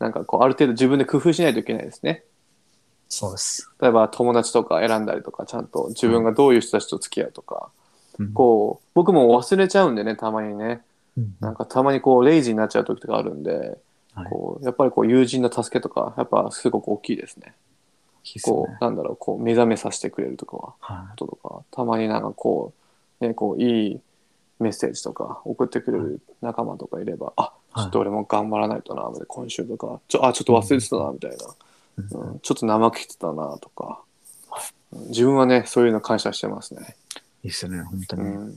[SPEAKER 2] あ、なんかこう、ある程度自分で工夫しないといけないですね。
[SPEAKER 3] そうです。
[SPEAKER 2] 例えば友達とか選んだりとか、ちゃんと自分がどういう人たちと付き合うとか、
[SPEAKER 3] うん
[SPEAKER 2] こう、僕も忘れちゃうんでね、たまにね。
[SPEAKER 3] うん
[SPEAKER 2] なんかたまにこうレイジになっちゃう時とかあるんで、
[SPEAKER 3] はい
[SPEAKER 2] こうやっぱりこう友人の助けとかやっぱすごく大きいですね。
[SPEAKER 3] きつい
[SPEAKER 2] こ
[SPEAKER 3] ね
[SPEAKER 2] うなんだろうこう目覚めさせてくれるとかは
[SPEAKER 3] は
[SPEAKER 2] こととかたまになんかこうねこういいメッセージとか送ってくれる仲間とかいれば、あ
[SPEAKER 3] はい
[SPEAKER 2] ちょっと俺も頑張らないとなみたいな今週とかちょあちょっと忘れてたなみたいな、うんちょっと怠けてたなとか、うん自分はねそういうの感謝してますね。
[SPEAKER 3] い。いいっすよね。本当
[SPEAKER 2] う
[SPEAKER 3] に。
[SPEAKER 2] ん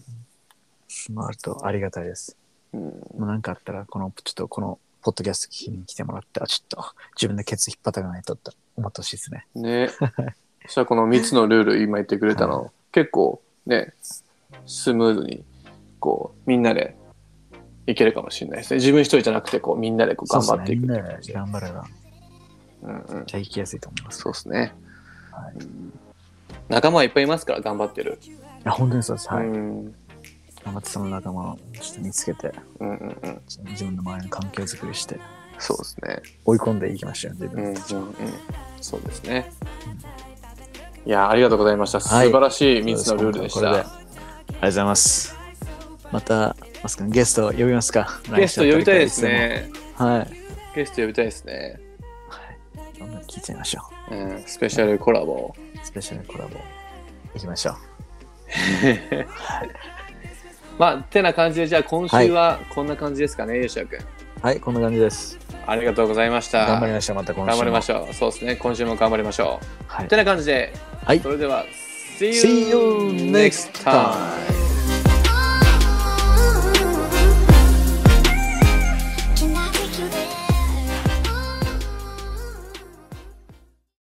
[SPEAKER 3] まあ、あるとありがたいです。
[SPEAKER 2] うん
[SPEAKER 3] もうなんかあったら、この、ちょっとこの、ポッドキャスト聞きに来てもらって、あ、ちょっと、自分でケツ引っ張たかないとって思ってほしいですね。
[SPEAKER 2] ね。そしたらこの3つのルール今言ってくれたの、結構ね、スムーズに、こう、みんなでいけるかもしれないですね。自分一人じゃなくて、こう、みんなでこう頑張っていく
[SPEAKER 3] そ
[SPEAKER 2] って
[SPEAKER 3] うですねみんな
[SPEAKER 2] 感じ
[SPEAKER 3] で
[SPEAKER 2] で。
[SPEAKER 3] 頑張れば、
[SPEAKER 2] うんうん
[SPEAKER 3] じゃあ行きやすいと思います。
[SPEAKER 2] そうですね。
[SPEAKER 3] はい
[SPEAKER 2] うん仲間はいっぱいいますから、頑張ってる。
[SPEAKER 3] いや、本当にそうです。はい。
[SPEAKER 2] うんうん
[SPEAKER 3] 頑張ってその仲間をちょっと見つけて、
[SPEAKER 2] うんうん。
[SPEAKER 3] 自分の周りの環境づくりして、
[SPEAKER 2] そうですね。
[SPEAKER 3] 追い込んでいきましょうよ、自
[SPEAKER 2] うん
[SPEAKER 3] 分
[SPEAKER 2] うんう
[SPEAKER 3] た
[SPEAKER 2] ん
[SPEAKER 3] ちを。。
[SPEAKER 2] そうですね。いやー、ありがとうございました。素晴らしい3つのルールでし
[SPEAKER 3] これあ
[SPEAKER 2] た。
[SPEAKER 3] りがとうございます。また、マス君、ゲスト呼びますか
[SPEAKER 2] ゲスト呼びたいです。ね。
[SPEAKER 3] はい。は
[SPEAKER 2] ゲスト呼びたいですね。
[SPEAKER 3] い。どんどん聞いちゃいましょ
[SPEAKER 2] うん、スペシャルコラボを。
[SPEAKER 3] う。スペシャルコラボ、いきましょう。
[SPEAKER 2] まあ、てな感じで、じゃあ今週はこんな感じですかね、吉田君。
[SPEAKER 3] はい、こんな感じです。
[SPEAKER 2] ありがとうございました。
[SPEAKER 3] 頑張りましょう、また今週も。
[SPEAKER 2] 頑張りま
[SPEAKER 3] ょ
[SPEAKER 2] しょう。そうですね。今週も頑張りましょう。
[SPEAKER 3] う。はい
[SPEAKER 2] て。な感じで、
[SPEAKER 3] はい
[SPEAKER 2] それでは、See
[SPEAKER 3] See you next time.